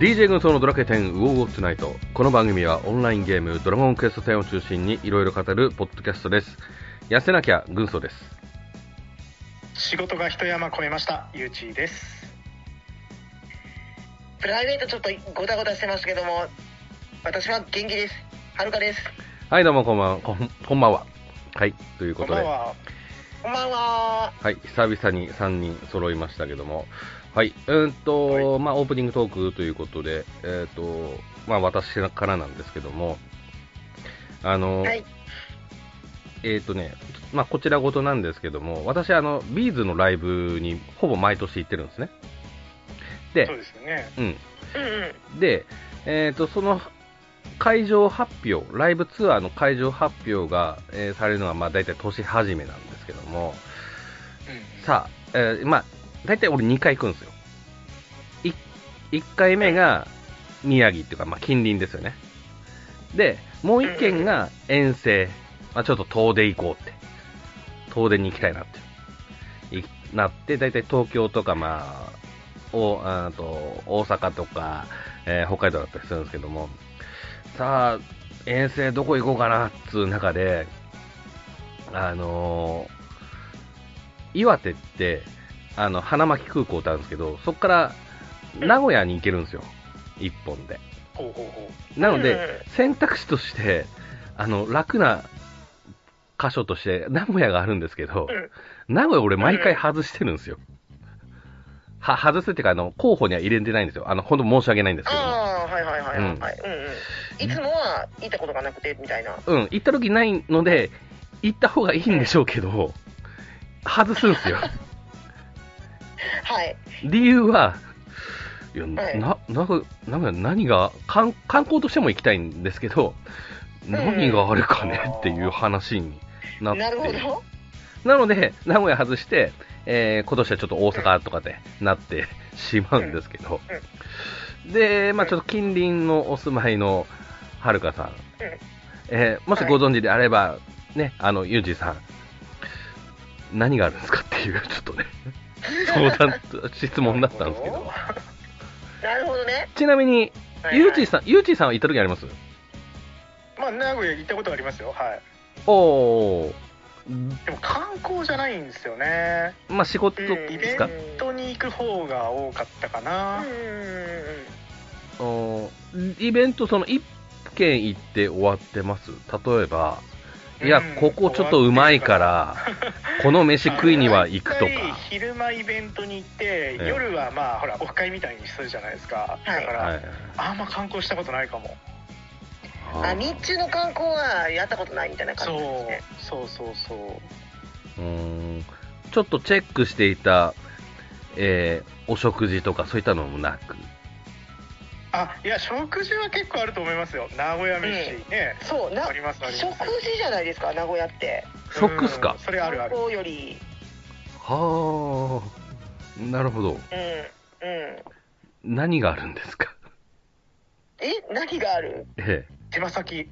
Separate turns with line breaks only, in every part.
DJ 軍曹のドラケテンウォーウォットナイトこの番組はオンラインゲームドラゴンクエスト10を中心にいろいろ語るポッドキャストです痩せなきゃ軍曹です
仕事が一山越えましたゆうちーです
プライベートちょっとごたごたしてますけども、私は元気です。はるかです。
はいどうもこんばんはこんこんばんははいという
こ
こ
ん
と
ば
で
んは
こんばんは。
はい、久々に3人揃いましたけども、はい、うーんと、まあ、オープニングトークということで、えっ、と、まあ、私からなんですけども、あの、
はい。
えっ、とね、まあ、こちらごとなんですけども、私、あの、ビーズのライブにほぼ毎年行ってるんですね。で
そう、ですよね
うん。
うんうん。
で、えっ、と、その、会場発表、ライブツアーの会場発表が、えーされるのは、まあ、大体年始めなんですけども、さあ、えーまあ、大体俺2回行くんですよ。い1回目が宮城っていうか、まあ、近隣ですよね。で、もう1軒が遠征。まあ、ちょっと遠出行こうって。遠出に行きたいなって。いなって、大体東京とか、まあ、おあーと大阪とか、えー北海道だったりするんですけども、さあ、遠征どこ行こうかなっつう中で、あのー岩手って、あの、花巻空港ってあるんですけど、そこから名古屋に行けるんですよ。一本で。
ほうほうほ
なの
うんう
で
ん、
選択肢として、あの、楽な箇所として、名古屋があるんですけど、名古屋俺毎回外してるんですよ。は、外すっていうか、あの、候補には入れてないんですよ。あの、ほんと申し訳ないんですけど。
ああ、はいはいはいはいはい。うんうん。いつもは行ったことがなくてみたいな。
うん、行った時ないので、行った方がいいんでしょうけど、外すんですよ。
はい。
理由は、いや、
はい
な、なぐ、なんか何が、観観光としても行きたいんですけど、何があるかねっていう話になって。
なるほど。
なので、名古屋外して、えー今年はちょっと大阪とかでなって しまうんですけど、で、まあちょっと近隣のお住まいのはるかさん、えーもしご存知であれば、ね、あの、ゆうじさん、何があるんですかっていう、ちょっとね、相談、質
う
問だったんですけ
なる
ど、
ほ
なるほどね。
ちなみに、
はい
ゆうじさん、ゆうじさんは行った時あります
どまあ名古屋行ったことありますよはい
おー、
でも観光じゃないんですよね
まあ仕事
うん
イ
で
ベ
す
ン
か、
トに行く方が多かったか
う
な、
んうん
おーイベント、その1件行って終わってます、例えば、いや、
うん
ここちょっとうまいから、この飯食いには行くとか
大、体 昼間イベントに行って、
ええ
夜はまあほらオフ会みたいにするじゃないですか、
はい
だから、
はい、
あんま観光したことないかも
うん。あ、日中の観光はやったことないみたいな
そ
感
う
じですね。
そうそうそう
うーんちょっとチェックしていた、えーお食事とか、そういったのもなく、
あいや食事は結構あると思いますよ名古屋飯ね、
そう、な
あ、りますあります
食事じゃないですか、名古屋って。
食っすか
うん、それあるある
観光より。
はあ、なるほど、
うん。うん。
何があるんですか、
え、何がある
え
手羽先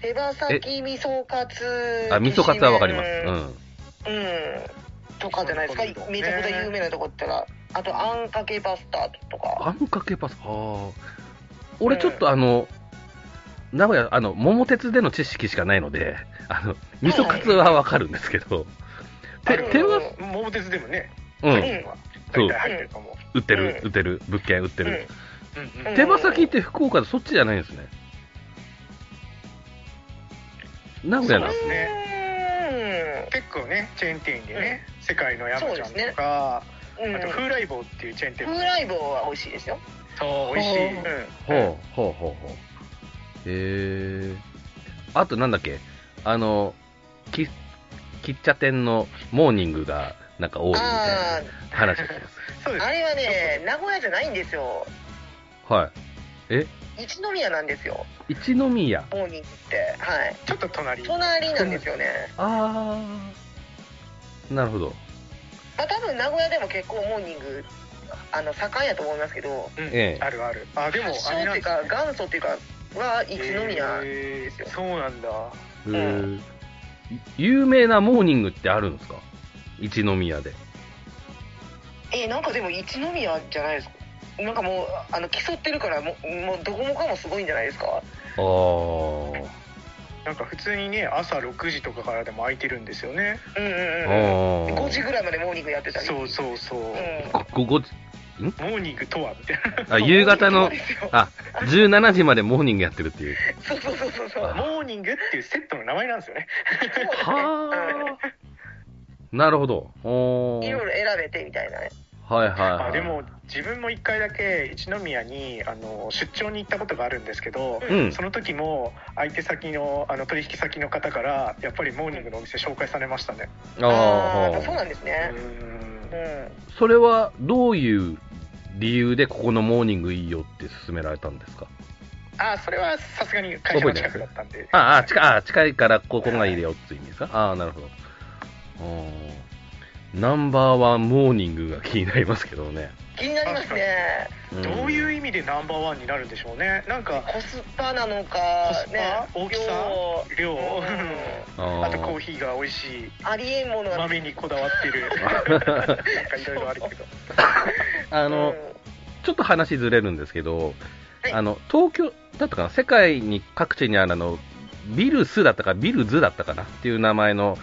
手羽先味噌カツ
え、あ味噌カツはわかります、
きし
う
めん
ん、
うん、とかじゃないですか、
そういうことね
めちゃくちゃ有名なとこって言ったら、あとあんかけパスタとか、
あんかけパスタ、はあ俺、ちょっとあの、名古屋、あの桃鉄での知識しかないので、あの味噌カツはわかるんですけど、
あ
て
の
手は、
桃鉄でもね
う、
うん
ん
大体入ってるかも、
売ってる、
うん
売ってる、物件売って
うん、
る、
うんうん
うん
手羽先って福岡でそっちじゃないんですね。名古屋なんですね。
ね、
結構ねチェーン店でね、世界の山ちゃんとか、
うん、
あと風来坊っていうチェーン店も
風来坊は美味しいですよ、
そう美味しい、
うん、
ほうほうほうほう。へえ。あとなんだっけあの、き、喫茶店のモーニングがなんか多いみたい
あ
な話をし
そうで
ー
す
あれはね、名古屋じゃないんですよ、
ます。は
一宮なんですよ、
い。一宮。
モーニングって、はい、
ちょっと隣
隣なんですよね、
ああ。なるほど。
まあ多分名古屋でも結構モーニング、あの盛んやと思いますけど、
うん
ええ
あるあるあでも
発
あ
祥って
れなん
いう
ですね
か、元祖っていうか、は一宮ですよ
えー。そうなんだ
へえ。有名なモーニングってあるんですか一宮で。
えなんかでも一宮じゃないですかなんかもうあの競ってるからもうもうどこもかもすごいんじゃないですか
あー
なんか普通にね朝6時とかからでも空いてるんですよね
うんうん
あ
うん
ー。
5時ぐらいまでモーニングやってたり
そうそうそう、
うん
ごご時
モーニングとはみたい
あ、夕方
そ
の
うですよ
あ、17時までモーニングやってるっていう。
そうそうそうそう そう
なモーニングっていうセットの名前なんですよね
はあ。なるほど。お
い
ー
ろいろ選べてみたいなね
はいはいはい。
あでも自分も1回だけ一宮にあの出張に行ったことがあるんですけど、
うん
その時も相手先のあの取引先の方からやっぱりモーニングのお店紹介されましたね
あ
あ
ー
あそうなんですねうん
それはどういう理由でここのモーニングいいよって勧められたんですか
あそれはさすがに会社の近くだったんで
ああ、近あ近いからここがいいよっていう意味ですかああ、なるほど。おーナンバーワンモーニングが気になりますけどね。
気になりますね
ん
どういう意味でナンバーワンになるんでしょうねなんか
コスパなのか
コスパ
ね
大きさ量
量うん
あ
あとコー
ヒ
ヒーが美味しい
ありえんものが
豆にこだわってるなんかいろいろあるけど
あの、ちょっと話ずれるんですけど、
はい
あの東京だったかな、世界に各地にあるあのビルスだったか、ビルズだったかなっていう名前の,、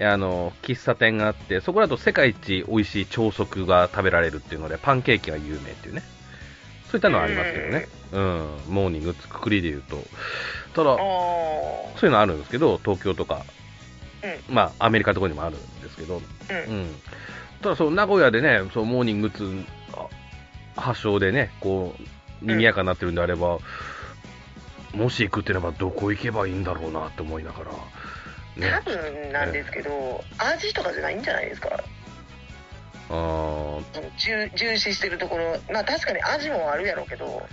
あの喫茶店があって、そこだと世界一美味しい朝食が食べられるっていうので、パンケーキが有名っていうね、そういったのはありますけどね、うん、モーニングつくくりで言うと、ただ、
うんあ
そういうのあるんですけど、東京とか、
う
まあ、アメリカとかにもあるんですけど、
ー
う
うん
ん、ただその名古屋でね、そのモーニングつあ発祥でね、こう、賑やかになってるんであれば、もし行くってなれば、どこ行けばいいんだろうなって思いながら、
多
ね、
分なんですけど味とかじゃないんじゃないですか
あー
重重視してるところまあ確かに味もあるやろうけど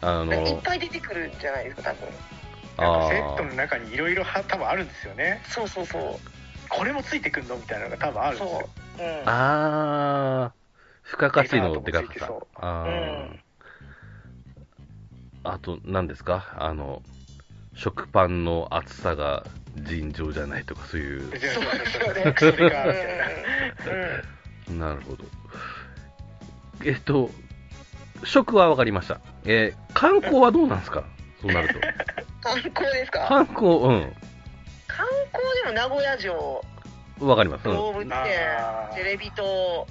あの、
いっぱい出てくるんじゃないですか多分
なん
あ
かセットの
ー
中にいろいろ多分あるんですよね
そうそうそう
これもついてくんのみたいなのが多分あるん
そ
ですよ
ううん
あー、付加価値のでか
デザー
さ
トもついてそう。
あーあと、何ですかあの、食パンの厚さが尋常じゃないとか、そういう。
じゃあ
そうですよね
それか
うん
みたいな
なるほど。えっと、食は分かりました。えー観光はどうなんですかそうなると。
観光ですか
観光、う
観光でも名古屋城
ん。分かります。うん
動物園
あー
テレビ塔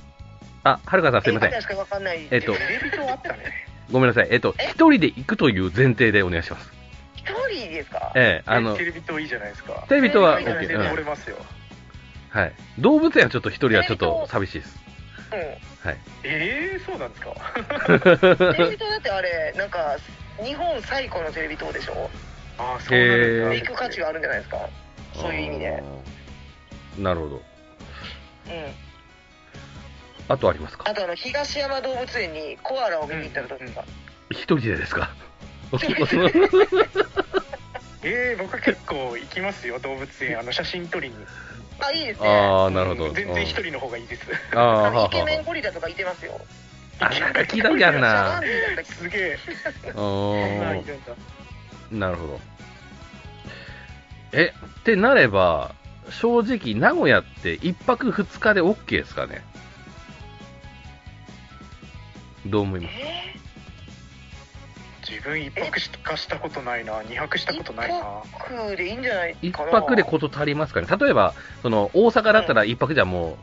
あ、はるかさんすいませ
えぐら
ん。
しかわかんない
えっと
テレビ塔あったね
ごめんなさい。えっと、一人で行くという前提でお願いします。
一人ですか
えーあの、
テレビ塔いいじゃないですか
テレビとは、
テレ
OK
ビ塔いい
全
じ
う
ゃ
然
ない
折
ん
れますよ
はい。動物園はちょっと一人はちょっ
テレビ
と
塔
寂しいです。
うん
はい。
ええそうなんですか
テレビ塔だってあれなんか日本最古のテレビ塔でしょ
ああそうなんだ
へー
行く価値があるんじゃないですかそういう意味で
あー。なるほど。
うん
あとありますか
あとあの東山動物園にコアラを見に行ったらどうですか、
一人でですか
ええ僕は結構行きますよ動物園あの写真撮りに
あいいですね
ああ、なるほど。
全然一
うん
人の方がいいです
ああ、
あ
は
の
あ
イケメン
は
ゴリラとかいてますよ
ああなんか聞いたことある
シャバ
な
ン。ディだったっけ
すげえそんなんい
あ
るんだ
ーなるほど。え、ってなれば、正直、名古屋って一泊二日で OK ですかねどう思います
え
自分一泊しかしたことないな二泊したことないな
ー、一泊でいいんじゃないかな
一泊でこと足りますかね例えば、その、大阪だったら一泊じゃも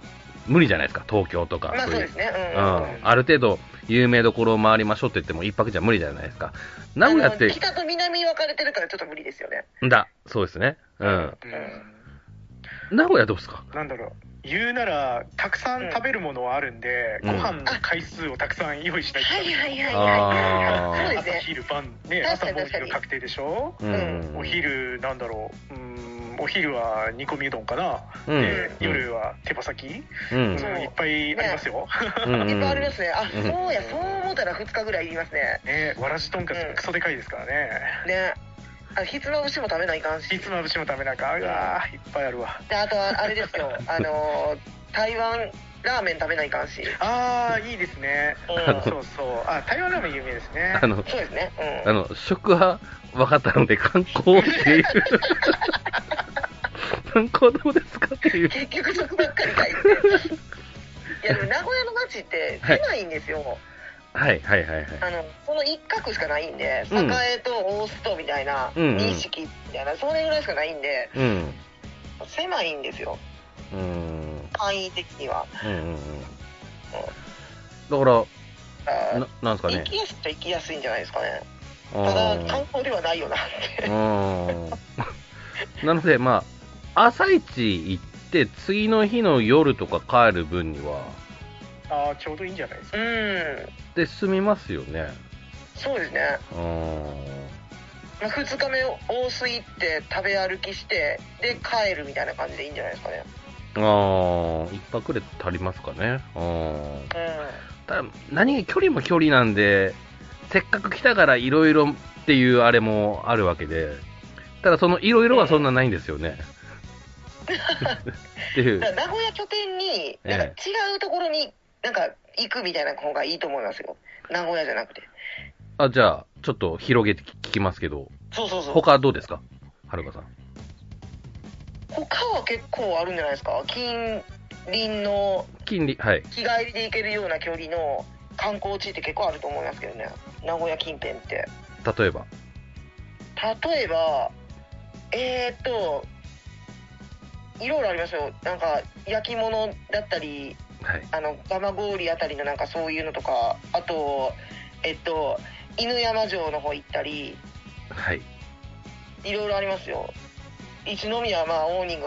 う無理じゃないですか東京とか。
まあ
そう
そう
いう
ですね
う
うんん、
ある程度、有名どころを回りましょうって言っても一泊じゃ無理じゃないですか。名古屋っ
あ
て
の、北と南分かれてるからちょっと無理ですよね
だ、そうですね。うん。
うん
名古屋どうですか
なんだろう言うならたくさん食べるものはあるんで、
うん
ご飯の回数をたくさん用意しないと
はいはいはい
あ
は
ー
いそうです
朝
ね
昼晩ね
確
朝
かに
もう
確かに
昼確定でしょ、
うん
お昼なんだろううんお昼は煮込みうどんかな、
うん
で夜は手羽先、
うん
うん
そう
いっぱいありますよ、
うんうん
いっぱいありますね。あ、
うん
そうや、そう思ったら2日ぐらいいりますね。
ねわらじとんかつがクソでかいですからね、
ね。あ、ひつまぶしも食べないかんし。
ひつまぶしも食べなきゃうわーいっぱいあるわ
で、あとは、あれです よ。あのー、台湾ラーメン食べないかんし。
あーいいですね、
うん
そうそうあ台湾ラーメン有名ですね
あの、
そうですね。う
あ
ん。
の、食は分かったので、観光っていう。観光どうですかっていう。
結局食ばっかりかい。いや、でも名古屋の街って狭いんですよ。
はいはいはいはい。
あのその一角しかないんで
うん
栄と大須とみたいな
うんうん
認識みたいな、それぐらいしかないんで
うん。
狭いんですよ
うん。うん
範囲的には
うんうん。だか、
だから
ななんですから
行
ね。
きやすいっちゃ行きやすいんじゃないですかね
う
ただ
ん
観光ではないよなって
うん。なので、まあ、朝一行って、次の日の夜とか帰る分には、
ああちょうどいいんじゃないですか
うん
で、済みますよね。
そうですね
うん。
まあ2日目大須行って食べ歩きしてで帰るみたいな感じでいいんじゃないですかね
ああ、一泊で足りますかね。うん。
う
ただ、何が距離も距離なんで、せっかく来たからいろいろっていうあれもあるわけで、ただそのいろいろはそんなないんですよ ね。ってい
んだから
う。
名古屋拠点になんか違
え
うところになんか行くみたいな方がいいと思いますよ名古屋じゃなくて
あ、じゃあ、ちょっと広げて聞きますけど、
そうそうそう
他どうですかはるかさん。
他は結構あるんじゃないですか近隣の
金利、はい。
日帰りで行けるような距離の観光地って結構あると思いますけどね名古屋近辺って
例えば。
例えばえー、っといろいろありますよなんか焼き物だったり
はい。
あの蒲郡あたりのなんかそういうのとかあとえっと犬山城の方行ったり
はい。
いろいろありますよ一宮はまあオーニング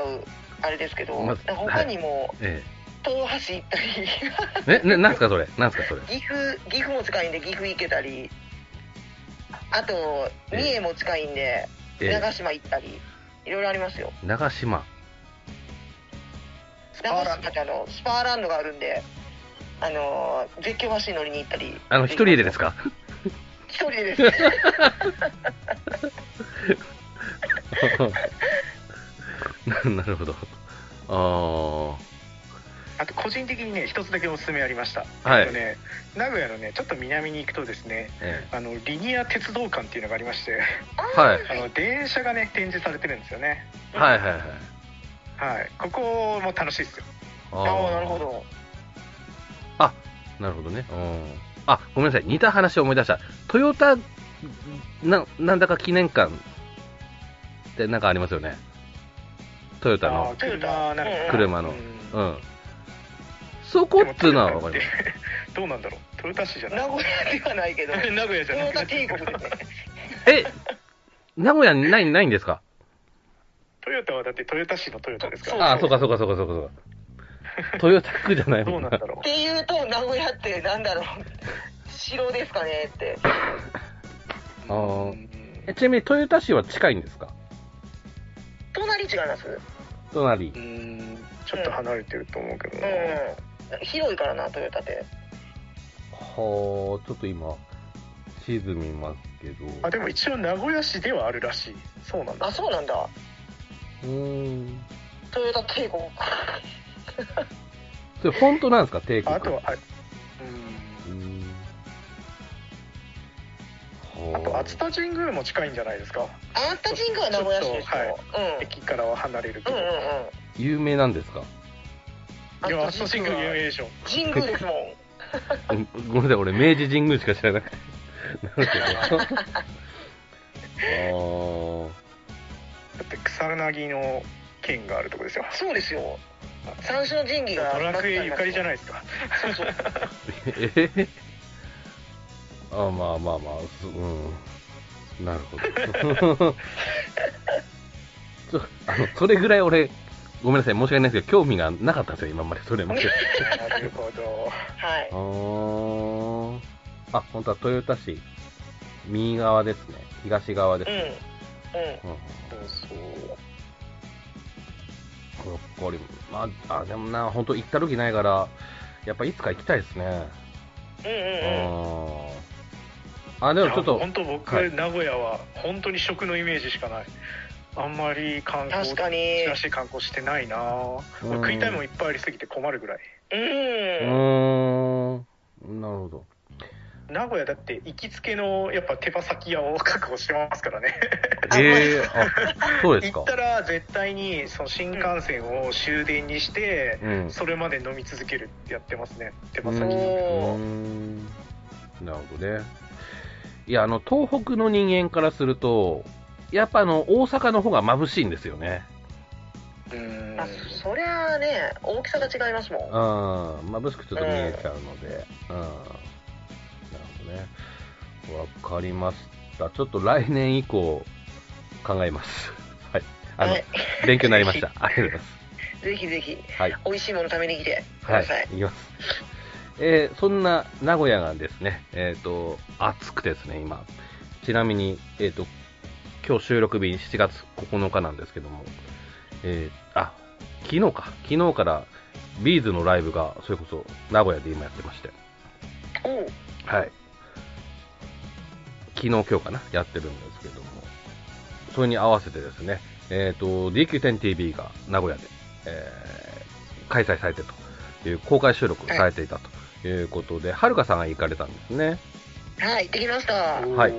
あれですけど、
まあ
他にも、
え
東橋行ったり
え。え、ね、なんすかそれなんすかそれ
岐阜岐阜も近いんで岐阜行けたりあと
え
三重も近いんで
え
長島行ったりいろいろありますよ
え、長島。
ス
パーランド
あのスパーランドがあるんであのー絶叫橋乗りに行ったり
あの、一人でです
か
か
一人でです はい
ななるほど。あ
あと個人的にね一つだけおすすめありました、
あ。は
あの
い。
ね、名古屋のねちょっと南に行くとですね
え
あのリニア鉄道館っていうのがありまして
えはい。
あの電車がね展示されてるんですよね
はいはいはい。
はいここも楽しいですよ
あ
あ
ー
あなるほ。ど
なるほどね。うん。あ、ごめんなさい。似た話を思い出した。トヨタ、な、なんだか記念館ってなんかありますよね。トヨタ
あ
の
ー。車なんか
車の
うん
うん。そこっつうのはわかりま。
ですもトヨタって どうなんだろう豊田市じゃ
名
ない
古屋ではないけど
名古屋じゃな
豊
く
田
なっちゃ
帝
った
国ですね
え、名古屋にない、ないんですか
トヨタはだって豊田市の豊田ですから
ああ、そうかそうかそうかそうかそうか。トヨタ区じゃない
ど
も
うんなん
な。
だろ
っ
う
ていうと名古屋ってなんだろう城ですかねって
あー
うん
えちなみに豊田市は近いんですか
隣違います
隣
う。んちょっと離れてると思うけどな
うん広いからなトヨタって
はあ、ちょっと今、地図見ますけど。
あでも一応名古屋市ではあるらしいそうなんだ
あそうなんだ
うーん。
トヨタ帝国
それ本当なんですか帝国。
あとはあ
うーん。
うん
は
あと熱田神宮も近いんじゃないですか
あんた神宮は名古屋市ですよ、
駅からは離れるけ
うん、
ど
うんうんうん
有名なんですか
いや、
熱
熱田
田
神
神
宮
宮
有名でしょ。
神宮ですもん
うんごめんなさい、俺、明治神宮しか知ら なくて。なるほど。
だって草薙の剣があるとこですよ。
そうですよ三種の神器
ド
が
ラクエゆかりじゃ
い
ないです か。
そうそう
あーえへへ あ、まあまあまあ、すうん。なるほ ど。ちょあのそれぐらい俺、ごめんなさい、申し訳ないですけど、興味がなかったんですよ、今まで、それま で。
なるほど。
はい
あーあ、本当は豊田市、右側ですね、東側です
うん
ね。
うん
うんうん
そうそう。
ブロッコリーまあ、あでもな、本当行った時ないから、やっぱいつか行きたいですね。
うんうんうん
うん。あ、でもちょっ
いや
と、
本当僕、
はい
名古屋は本当に食のイメージしかない。あんまり観光、
確かに
らしい観光してないなぁ。
うん
食いたいもんいっぱいありすぎて困るぐらい。
う
う
ー
ん
ん、なるほど。
名古屋だって行きつけのやっぱ手羽先屋を確保してますからね。
ええあ、そうです
行
か
っ。たら絶対にその新幹線を終電にして、
うん。
それまで飲み続けるってやってますね。手羽
う
先。
ん
そう
うんなるほどね。いや、あの、東北の人間からすると、やっぱあの、大阪の方が眩しいんですよね。
うん
あそりゃあね大きさが違いますも
うんん、眩しくちょっと見えちゃうので。うん。なるほどね。わかりました。ちょっと来年以降、考えます。はい。あの、
はい
勉強になりました。ありがとうございます。
ぜひぜひ
はい。
美味しいもの食べに来てく
は
だ
い
さい、、
いきます。えーそんな名古屋がですね、えっ、と、暑くてですね、今。ちなみに、えっ、と、今日収録日7月9日なんですけども、えーあ、昨日か、昨日から、ビーズのライブが、それこそ、名古屋で今やってまして、
おう
はい。昨日、今日かな、やってるんですけども、それに合わせてですね、えっ、と、DQ10TV が名古屋で、えー開催されてという、公開収録されていたということで、はるかさんが行かれたんですね。
はい行ってきました
はい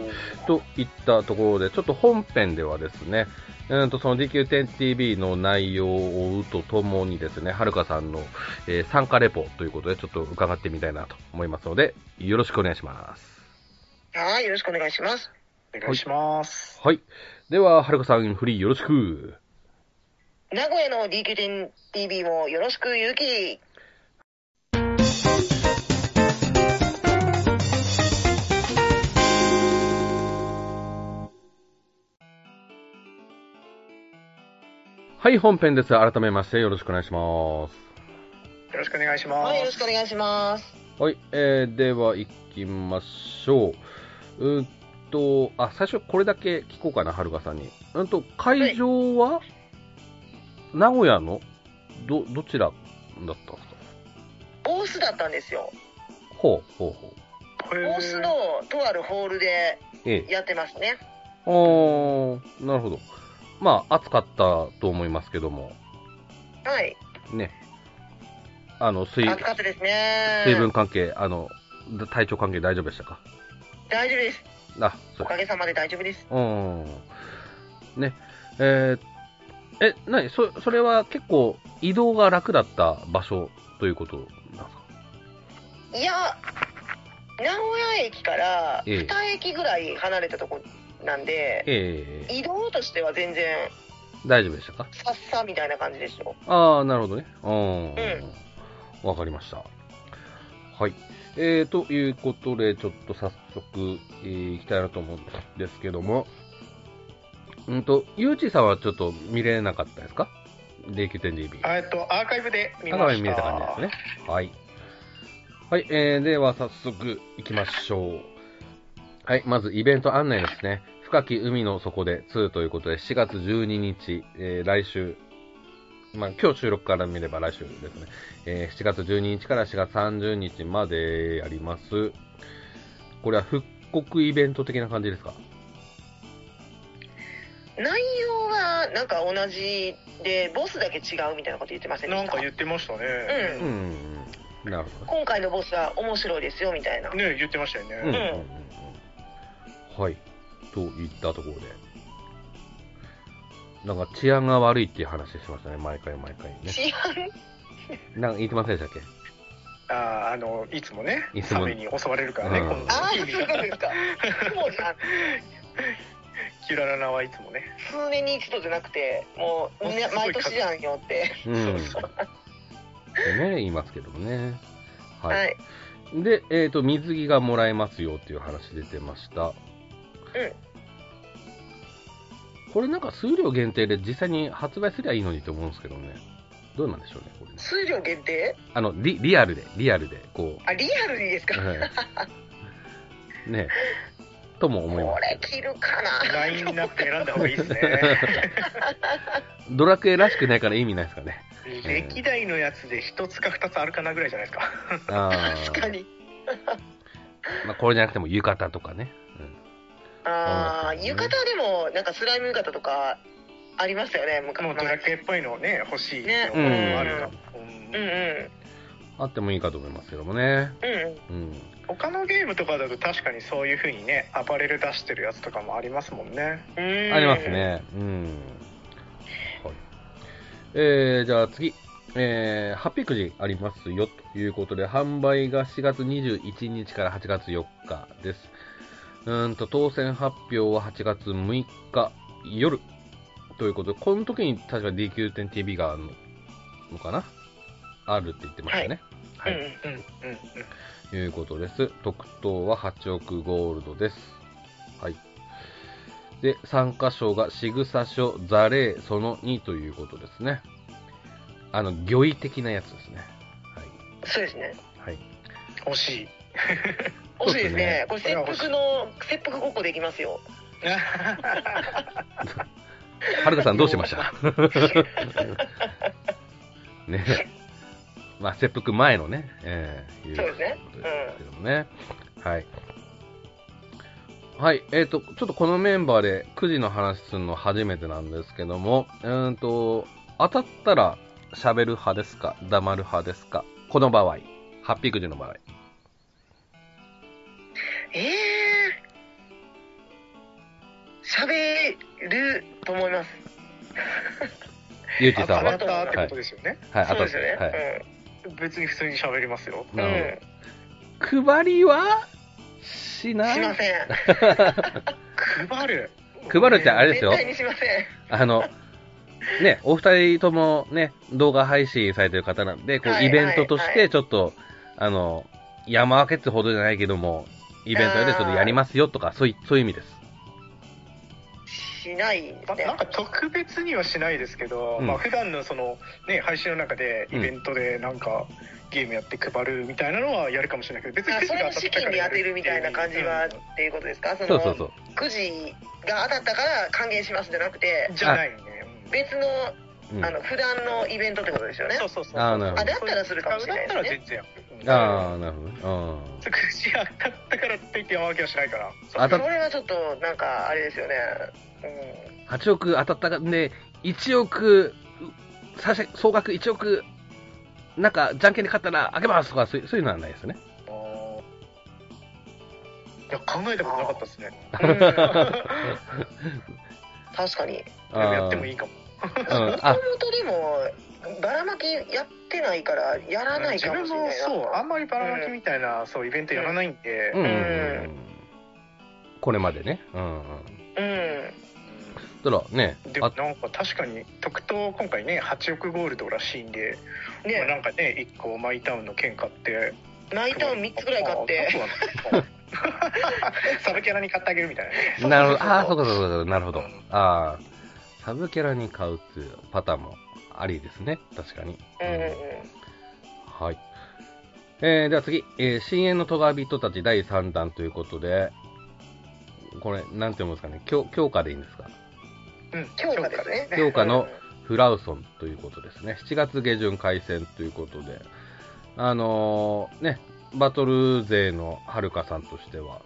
といったところで、ちょっと本編ではですね、うんとその DQ10TV の内容を追うとともにですね、はるかさんの、えー参加レポということで、ちょっと伺ってみたいなと思いますので、よろしくお願いします。
はいよろしくお願いします
お願いします、
はい。では、はるかさん、フリーよろしく。
名古屋の DQ10TV もよろしくゆうき
はい、本編です。改めまして、よろしくお願いします。
よろしくお願いします、
はいよろしくお願いします
はい、えー、では行きましょう。うーんと、あ、最初これだけ聞こうかな、はるかさんに。うんと、会場は、名古屋の、ど、どちらだったんですか
大須だったんですよ
ほう、ほう、ほう。
へー
大須のとあるホールで
ええ。
やってますね
あー、なるほど。まあ、暑かったと思いますけども、
はい
ね。あの、水、
暑かったですね
水分関係、あの、体調関係大丈夫でしたか
大丈夫です
あ、そ
お
う
かげさまで大丈夫です
うん。ね。えー、え、なにそ、それは結構移動が楽だった場所ということなんですか
いや名古屋駅から
ええ
2駅ぐらい離れたとこなんで、
ええ
移動としては全然
大丈夫でしたか
さっさみたいな感じですよ
ああ、なるほどね。うん。わかりました。はい。えー、ということで、ちょっと早速、えー、いきたいなと思うんですけども、うんと、ゆうちさんはちょっと見れなかったですか ?DQ10DB。
あえっとアーカイブで見
た
ま
だ
した
見えた感じですね。はい。はい、えー、では早速行きましょう。はい、まずイベント案内ですね。深き海の底で2ということで、4月12日、えー来週、まあ、今日収録から見れば来週ですね。えー7月12日から4月30日までやります。これは復刻イベント的な感じですか
内容はなんか同じでボスだけ違うみたいなこと言ってませんで
な
し
ん
た
か言ってましたね、
う
うん
ん、なるほどね。
今回のボスは面白いですよみたいな、
ね言ってましたよ
うんうん
ね、
うんうんはい。といったところで。なんか治安が悪いっていう話してましたね、毎回毎回ね。
治安
なんか言ってませんでしたっ
あああのいつもね
いつも
サメに襲われるからね、
うん
今度
ああそう
海が
なんですかそうじゃん
キュララナはいつもね
数年に一度じゃなくてもう、ね
す、ごい
毎年じゃんよって
けうん。
そうそう
ってね、言いますけどもね。はい。
はい、
で、えっ、と、水着がもらえますよっていう話出てました。うん。これなんか数量限定で実際に発売すりゃいいのにと思うんですけどね。どうなんでしょうね、これね。
数量限定
あの、リリアルで、リアルで、こう、
あリアルにですか、
はいねえとも思いま
これ
す
着るかな
ラインナップ選んだ方がいいですね
けど。ドラクエらしくないから意味ないですかね。
歴代のやつで一つか二つあるかなぐらいじゃないですか
あー
確か。に
まあ、これじゃなくても浴衣とかね。そう
ああ
ですよ
浴
ね
衣でもなんかスライム浴衣とかありましたよね昔
もうドラクエっぽいのね欲しいの
ね
もあるな、
うんうん
あってもいいかと思いますけどもね。
うん
うん。
他のゲームとかだと確かにそういう風にねアパレル出してるやつとかもありますもんね
うん
ありますね。うん。はい。えー、じゃあ次。えー、800時ありますよということで、販売が4月21日から8月4日です。うーんと、当選発表は8月6日夜ということで、この時に確か DQ10TV があるのかなあるって言ってましたね。はい。
うんうん
うんうんうん
ということです。特等は8億ゴールドです。はい。で、参加賞が、しぐさ書、座礼、その2ということですね。あの、魚意的なやつですね。
そうですね
はい。はい。
惜し い
惜しいですね
そ
こ
う
れ
で
切腹の切腹ごっこできますよ
はるかさんどうしました ねまあ、切腹前のね、ええいう
そうですね
ことですけどもね。はい。はい、えっ、と、ちょっとこのメンバーで9時の話するの初めてなんですけども、うーんと、当たったら喋る派ですか黙る派ですかこの場合、ハッピーくじの場合。
ええ喋ると思います
ゆうち
当
さんは
た
は
っ
い、
たってことですよね、
当た
そう
っ
です
た。
よね、
はい。
別に普通に喋りますよ
うん、
なるほど。配りはし
うん
ない
しません
配る
配るってあれです
絶
よ。
対にしません
あの、ね、お二人ともね、動画配信されてる方なんで、こ
は
う、
い
イベントとし
は
て、ちょっと、あの、山分けってほどじゃないけども、イベントでちょっとやりますよとか、そういそういう意味です。
しないです
な
ね
なんか特別にはしないですけど、
うん
まあ普段のそのね配信の中でイベントでなんかゲームやって配るみたいなのはやるかもしれないけど別に
あ
くじ
それ
が
の
当た
資
ったか
金
ら
に
や
当てるみたいな感じはっ
うん
ていうことですかそ
そ
の
うそうそう。
くじが当たったから還元しますじゃなくて
じゃないね、うん
別の
うん
あの普段のイベントってことですよね
そうそうそう
あーなるほどあ
だったらするかもしれないですね
だったら全然やるうん
ああ、なるほどね。うん。
くじ当たったからって言って山分けはしないから
当
そ
たっ
れはちょっとなんかあれですよね、うん、
8億当たったかんで、1億、差し総額1億、なんか、じゃんけんで勝ったら、あげますとか、そういうそういうのはないですよね。
いや考えたことなかったですね
うん確かに
でもやってもい
い。
いかも
うん。
もと
あ、
もとでもばらまきやってないからやらない
自
かも
分
しれ
も
ないな
そうあんまりばらまきみたいな、そうイベントやらないんで、
うんうんうん
う
うん。これまでね。うんうん。
うん
たらね、
で
あ
もなんか確かに特等今回ね8億ゴールドらしいんで、まあな
ね
んかね1個マイタウンの券買って
マイタウン3つぐらい買っ
あ
て
そうなんだサブキャラに買ってあげるみたいなね
なるほど。ああ、そうかそうかそうか、なるほど。ああ、サブキャラに買うっていうパターンもありですね。確かに。
うんうんうん
はい。えー、では次、えー、深淵のトガ人たち第3弾ということで、これ、なんて読むんですかね、強強化でいいんですか
うん
強化ですね
強化の
うん
フラウソンということですね。7月下旬開戦ということで、あのーね、バトル勢のはるかさんとしては、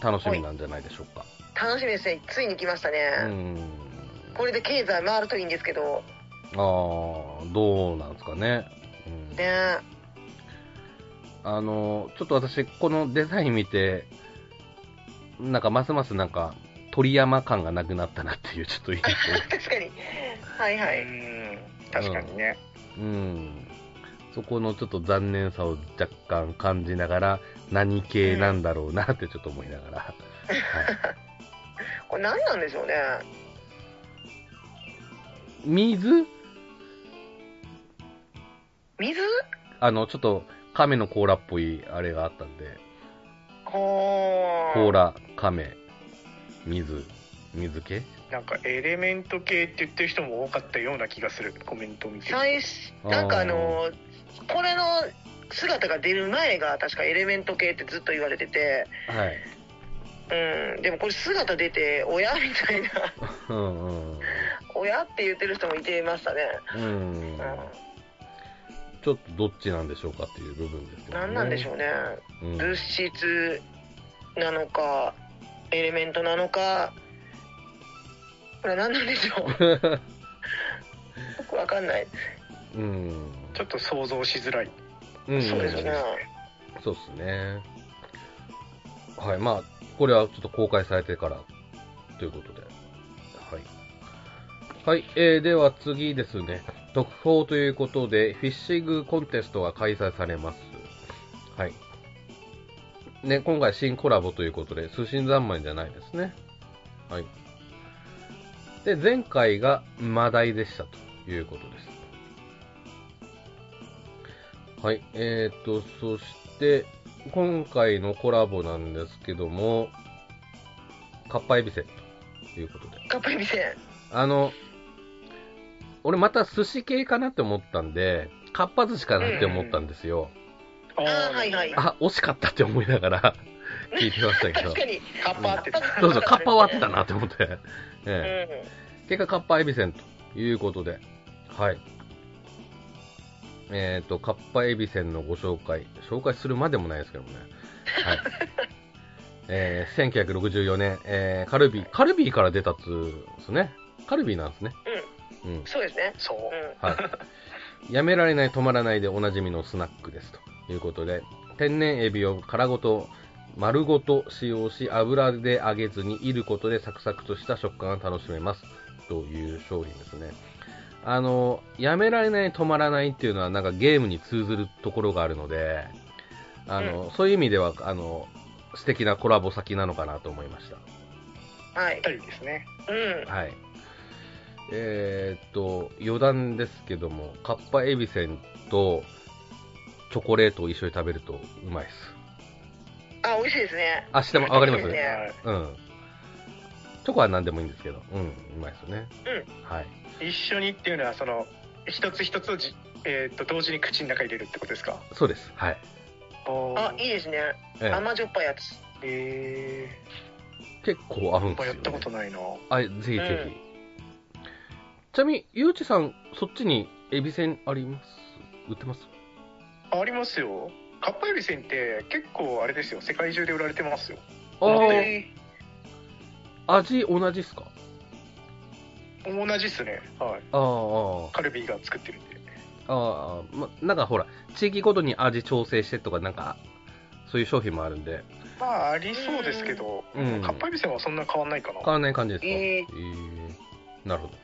楽しみなんじゃないでしょうか。
楽しみですねついに来ました
うー
ね、
ん。
これで経済回るといいんですけど
ああ、どうなんですかね。うん、
ね
あの、ちょっと私、このデザイン見て、なんかますますなんか、鳥山感がなくなったなっていう、ちょっと印
確かにはいは
う
い
ん確かにね、
象。うん。そこのちょっと残念さを若干感じながら、何系なんだろうなってちょっと思いながら。はい、
これ何なんでしょうね
水
水
あの、ちょっと亀の甲羅っぽいあれがあったんで、
ほ
甲羅、亀、水、水系
なんかエレメント系って言ってる人も多かったような気がするコメントを見てる
最初なんかあのこれの姿が出る前が確かエレメント系ってずっと言われてて
はい。
うんでもこれ姿出て親みたいな
うんうん
親って言ってる人もいてましたね
うん。うん
う。
ちょっとどっちなんでしょうかっていう部分ですけど、ね。
何なんでしょうね
う、 ん、
物質なのかエレメントなのかこれ何なんでしょうよ くわかんない、
うん。
ちょっと想像しづらい
うん
そうですね
そうですね。はい、まあ、これはちょっと公開されてからということで。はい。はい、えーでは次ですね、特報ということで、フィッシングコンテストが開催されます。はい。ね、今回新コラボということで、通信三昧じゃないですね。はい。で、前回がマダイでしたということです。はい、えーと、そして、今回のコラボなんですけども、かっぱえびせんということで。
カッパエビせん。
あの、俺また寿司系かなって思ったんで、かっぱ寿司かなって思ったんですよ。
あ
あーはいはい
あ、惜しかったって思いながら 聞いてましたけど
確。かに。
カッパって言ってた
どうぞ、かっぱ終わったなって思って。
う
ええ
ん。
結果、かっぱえびせんということで。はい。えっ、と、かっぱえびせんのご紹介。紹介するまでもないですけどもね。 はい。えー、1964年、えー、カルビー。カルビーから出たっつうんですね。カルビーなんですね。うん。
そうですね。
そうう。
ん。
はい、やめられない、止まらないでおなじみのスナックですということで、天然エビを殻ごと、丸ごと使用し、油で揚げずにいることでサクサクとした食感が楽しめますという商品ですね。あの、やめられない、止まらないっていうのはなんかゲームに通ずるところがあるので、あの、そういう意味では、あの、素敵なコラボ先なのかなと思いました。
はい
ぴっ。たりですね。
うん。
はい。えーっと、余談ですけども、カッパエビせんとチョコレートを一緒に食べるとうまいです。
あ、美味しいですね。
あ、しても、わかります
そうですね
は
うん。チョコは何でもいいんですけど、うん、うまいですよね。はい。
い一緒にっていうのはその一つ一つをじ、えー、と同時に口の中に入れるってことですか
そうです。はい。
あ、いいですね。
ええ
甘じょっぱいやつ。
え
結構合うん
ー、
です
や
よ、
っ
ね。
たことないな
あ、ぜひぜひ。
うん
ちなみに、ゆうちさん、そっちにエビせんあります売ってます
ありますよカッパエビせんって結構あれですよ世界中で売られてますよ
あー
え
味同じっすか
同じっすねはい
あーあー。
カルビーが作ってるんで
ああ、ま、なんかほら、地域ごとに味調整してとか、なんか、そういう商品もあるんで、
まあありそうですけど、
うん
カッパエビせんはそんな変わんないかな
変わらない感じですか。
ええ
えなるほど。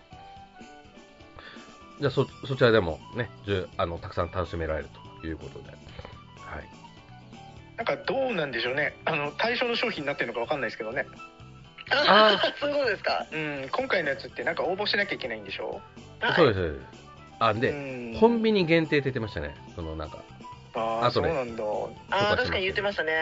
じゃあ、そ、そちらでもね、じゅあの、たくさん楽しめられるということで。はい。
なんかどうなんでしょうねあの対象の商品になってるのかわかんないですけどね
あ
あ、そういうことですか。
うん今回のやつってなんか応募しなきゃいけないんでしょ
はい
そうです、そうです。あ、で、
うん
コンビニ限定って言ってましたね。その、なんか。
ああ
後
そう
で
なんだ
あー確かに言ってましたね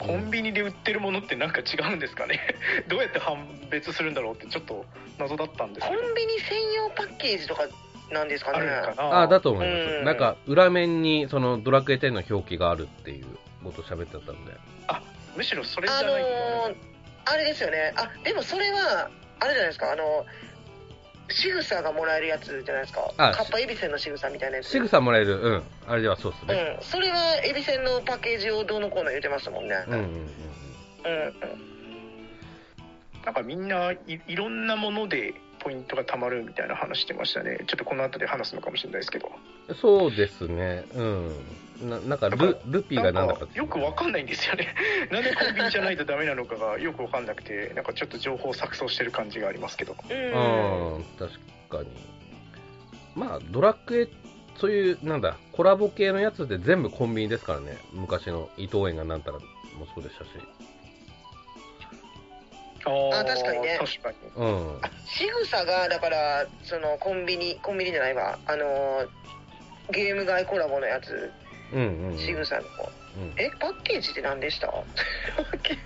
う。ん
コンビニで売ってるものってなんか違うんですかね どうやって判別するんだろうってちょっと謎だったんです
コ
けど
ンビニ専用パッケージとかなんですか
あ
ね。
るのかな
ああ、だと思いま
う
す。
ん
なんか、裏面に、その、ドラクエ10の表記があるっていうことを喋ってたんで。
むしろそれじゃ
あ
ないかな、
のー、あれですよね。あ、でもそれは、あれじゃないですか。あの、仕草がもらえるやつじゃないですか。
あ
カッパエビセンの仕草みたいなやつ。
仕草もらえる、うん。あれではそうです
う
ね。
ん。それはエビセンのパッケージをどうのこうの言ってましたもんね。
うんうんうんうん。
うん。うん。
なんかみんないいろんなものでポイントがたまるみたいな話してましたねちょっとこの後で話すのかもしれないですけど
そうですね。うん。ななんか
なん
ル
か、
ルピーが
なん
なんだかっ
か
て
よくわかんないんですよね なんでコンビニじゃないとダメなのかがよくわかんなくてなんかちょっと情報錯綜してる感じがありますけど
うん。
うん、確かに。まあ、ドラクエ、そういう、なんだ、コラボ系のやつって全部コンビニですからね。昔の伊藤園がなんたらもそうでしたし。
あ
あ確かにね
確かに
うん。
仕草が、だから、そのコンビニ、コンビニじゃないわ。あのー、ゲーム外コラボのやつ、
うんうんうん。
仕草の。
うん
え、パッケージって何でした パッケージ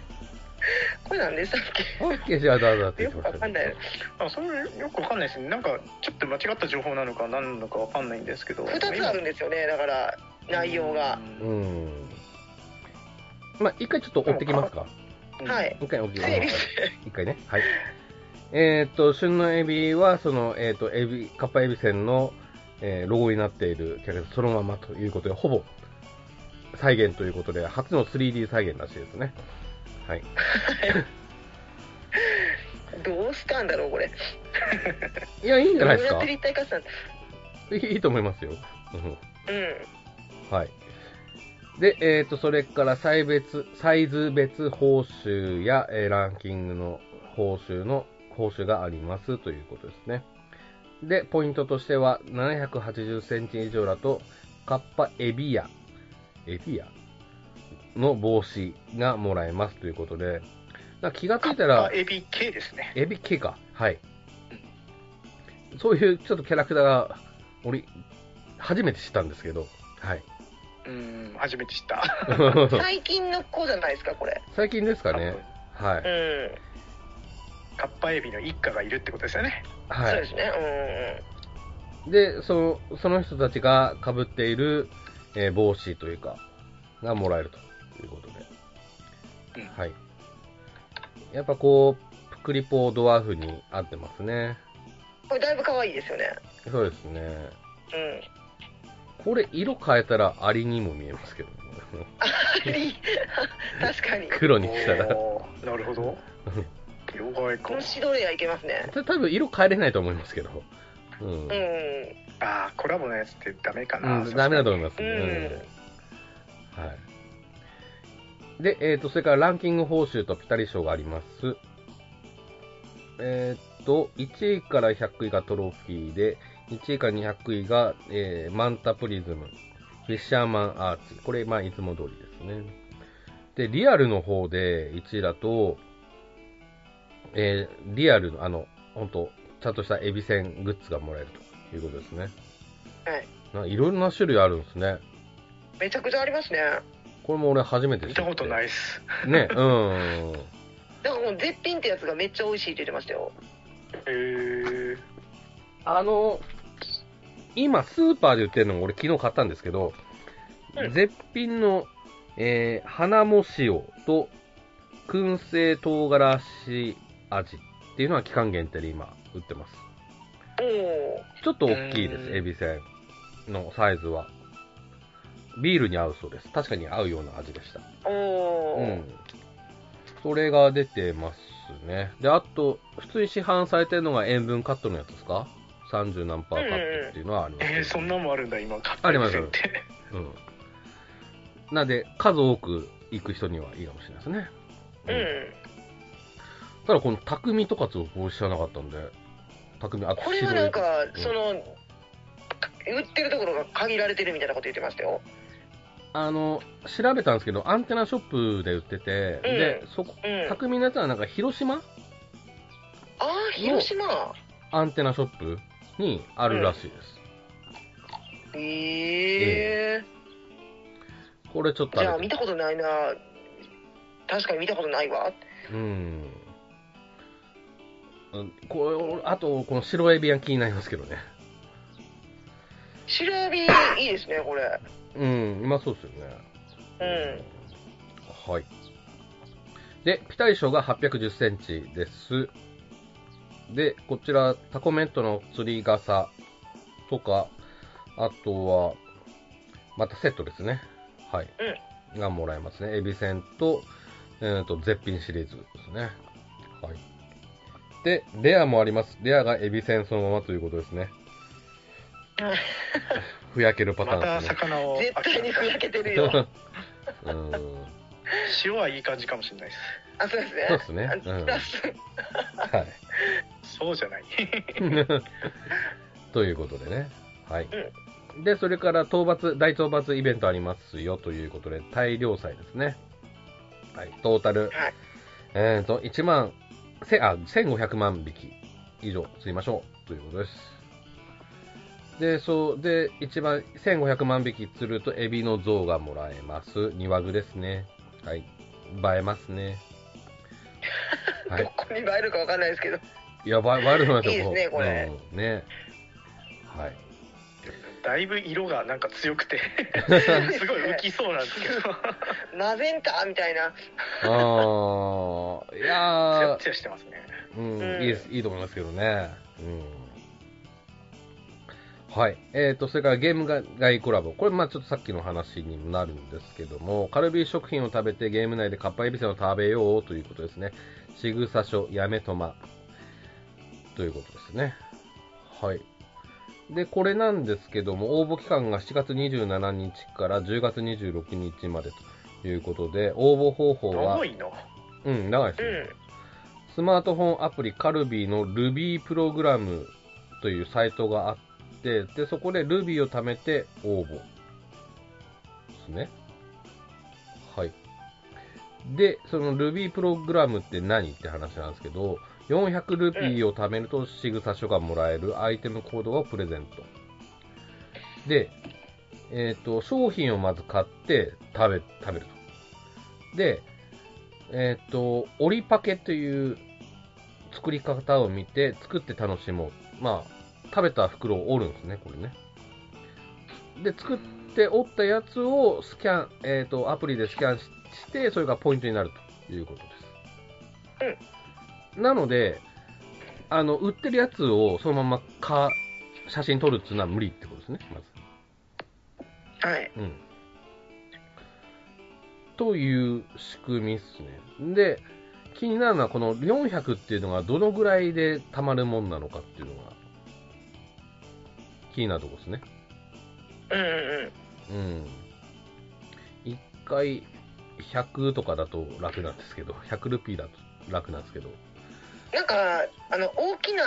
これ何でしたっ
パッケージはだだって
け
言ってま
よく
し
わ
た
かんない
ね。。
あそれよくわかんないですねなんかちょっと間違った情報なのか何なのかわかんないんですけど
2つあるんですよね、だから、内容が。
うん。まあ、一回ちょっと追ってきますか。
うん
はい。
一回追ってきま
整理
す
し。て。
一回ね。はい。えーっと、旬のエビは、その、えーっと、エビ、カッパエビせんの、えーロゴになっているキャラクターそのままということで、ほぼ再現ということで、初の 3D 再現らしいですね。はい。
どうしたんだろう、これ。
いや、いいんじゃないです
どうや
か
って立体化したんだ
いいと思いますよ。うん
うん。
はい。で、えっ、と、それから、歳別、サイズ別報酬や、えーランキングの報酬の報酬がありますということですね。で、ポイントとしては、780センチ以上だと、カッパエビア、エビアの帽子がもらえますということで、だから気がついたら、
エビ系ですね。
エビ系か。はい。そういうちょっとキャラクターが、俺、初めて知ったんですけど、はい。
うん、初めて知った。
最近の子じゃないですかこれ
最近ですかね。は
う
い。
ん
カッパエビの一家がいるってことですよね。
は
そう
い
で。すね
で、その、その人たちが被っている、えー帽子というか、がもらえるということで。
うん
はい。やっぱこう、プクリポドワーフに合ってますね。
うんこれだいぶ可愛いですよね
そうですね。
うん
これ、色変えたらアリにも見えますけど、ね、
あり確かに
黒にしたら。
おーなるほど。両替か
こ。のシドレアいけますね
た多分色変えれないと思いますけど。うん。
うん
ああ、コラボのやつってダメかな。
うん、ダメだと思いますね。うんはい。で、えっ、と、それからランキング報酬とピタリ賞があります。えっ、と、1位から100位がトロフィーで、1位から200位が、えーマンタプリズム、フィッシャーマンアーチ。これ、まあ、いつも通りですね。で、リアルの方で1位だと、えーリアルの、あの、本当ちゃんとしたエビせんグッズがもらえるということですね。
はい
ないろいろな種類あるんですね。
めちゃくちゃありますね
これも俺初めて
見たことない
い。
っす。
ね、 うん。
だからもう絶品ってやつがめっちゃ美味しいって言ってましたよ
へえ。
あの、今スーパーで売ってるのも俺昨日買ったんですけど、
うん
絶品の、えー、花も塩と燻製唐辛子味っていうのは期間限定で今売ってます。
おお
ちょっと大きいで
う
す、
ん
エビせんのサイズは。ビールに合うそうです。確かに合うような味でした。
おお、
うん。それが出てますね。で、あと、普通に市販されてるのが塩分カットのやつですか ?30 何パーカットっていうのはあります、
えー、そんなのもあるんだ、今。カッ
あります
エビって。
うん。なんで、数多く行く人にはいいかもしれないですね。
うん
ただ、この匠とかつ僕知らなかったんで、匠、あと
これは
白い
なんか
うん
その売ってるところが限られてるみたいなこと言ってましたよ
あの、調べたんですけど、アンテナショップで売ってて、で、そこ、
うんあ
匠のやつはなんか広島
あー広島
アンテナショップにあるらしいです。
ええ
これちょっと
じ
れ
ゃあ見たことないな確かに見たことないわ
うん。うんこれ、あと、この白エビが気になりますけどね。
白エビいいですねこれ
うん、まあそうですよね。うん。はい。で、ピタリ賞が810センチです。で、こちら、タコメントの釣り傘とか、あとは、またセットですね。はい。がもらえますね。エビせんと、えーと、絶品シリーズですね。はい。で、レアもあります。レアがエビせんそのままということですね。ふやけるパター
ま
ンで
た
すね。
魚を。
絶対にふやけてるよ
うん。
塩はいい感じかもしれないで
あそうですね
そうですねうん
あそう
はい。
す。そうじゃない。
ということでね。はい。で、それから討伐、大討伐イベントありますよということで、大量祭ですね。はい。トータル、
はい
えっ、と、1万、せあ、1500万匹以上釣りましょうということです。で、そう、で、一番、1500万匹釣るとエビの像がもらえます。庭具ですね。はい。映えますね。は
どこに映えるかわかんないですけど
いや、ば悪くないですよ、
いいですねこれ。
うんね。はい。
だいぶ色がなんか強 くて、すごい浮きそうなんですけど、
マゼンタみたいな
ああ、い
ツ
や
ヤ
ー
ツヤしてますね。
うん、
うん
いいです、いいと思いますけどね。うん。はい。えっ、と、それからゲーム外コラボ。これ、まあちょっとさっきの話にもなるんですけども、カルビー食品を食べてゲーム内でカッパエビせんを食べようということですね。仕草書、やめとま。ということですね。はい。で、これなんですけども、応募期間が7月27日から10月26日までということで、応募方法は
重、いの。
うん、長いで
う
すね。
ん
スマートフォンアプリカルビーの Ruby プログラムというサイトがあって、で、そこで Ruby を貯めて応募。ですね。はい。で、その Ruby プログラムって何って話なんですけど、400ルピーを貯めると仕草書がもらえるアイテムコードをプレゼント。で、えっ、と、商品をまず買って食べ、食べると。で、えっ、と、折りパケという作り方を見て、作って楽しもう。まあ、食べた袋を折るんですね、これね。で、作って折ったやつをスキャン、えっ、と、アプリでスキャンしして、それがポイントになるということです。なので、あの、売ってるやつをそのままか、写真撮るっていうのは無理ってことですね、まず。
はい。
うん。という仕組みですね。で、気になるのはこの400っていうのがどのぐらいで貯まるもんなのかっていうのが気になるとこですね。
うんうんうん。
うん。1回100とかだと楽なんですけど、100ルピーだと楽なんですけど。
なんか、あの、大きな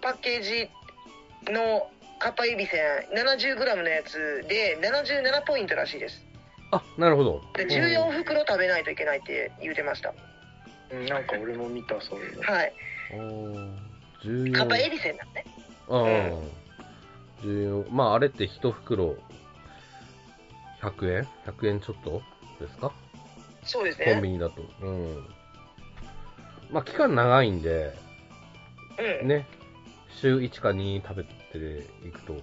パッケージのカッパ指線 70g のやつで77ポイントらしいです。
あ、なるほど。
で14袋食べないといけないって言うてました。
うんなんか俺も見たそういうの
はい。
おー
カッパ
14
エビセンだね。
うん。14まあ、あれって一袋、100円 ?100 円ちょっとですか
そうです
コン
ね。
ビニだと。うん。まあ、期間長いんで、
うん。
ね、週1か2食べていくと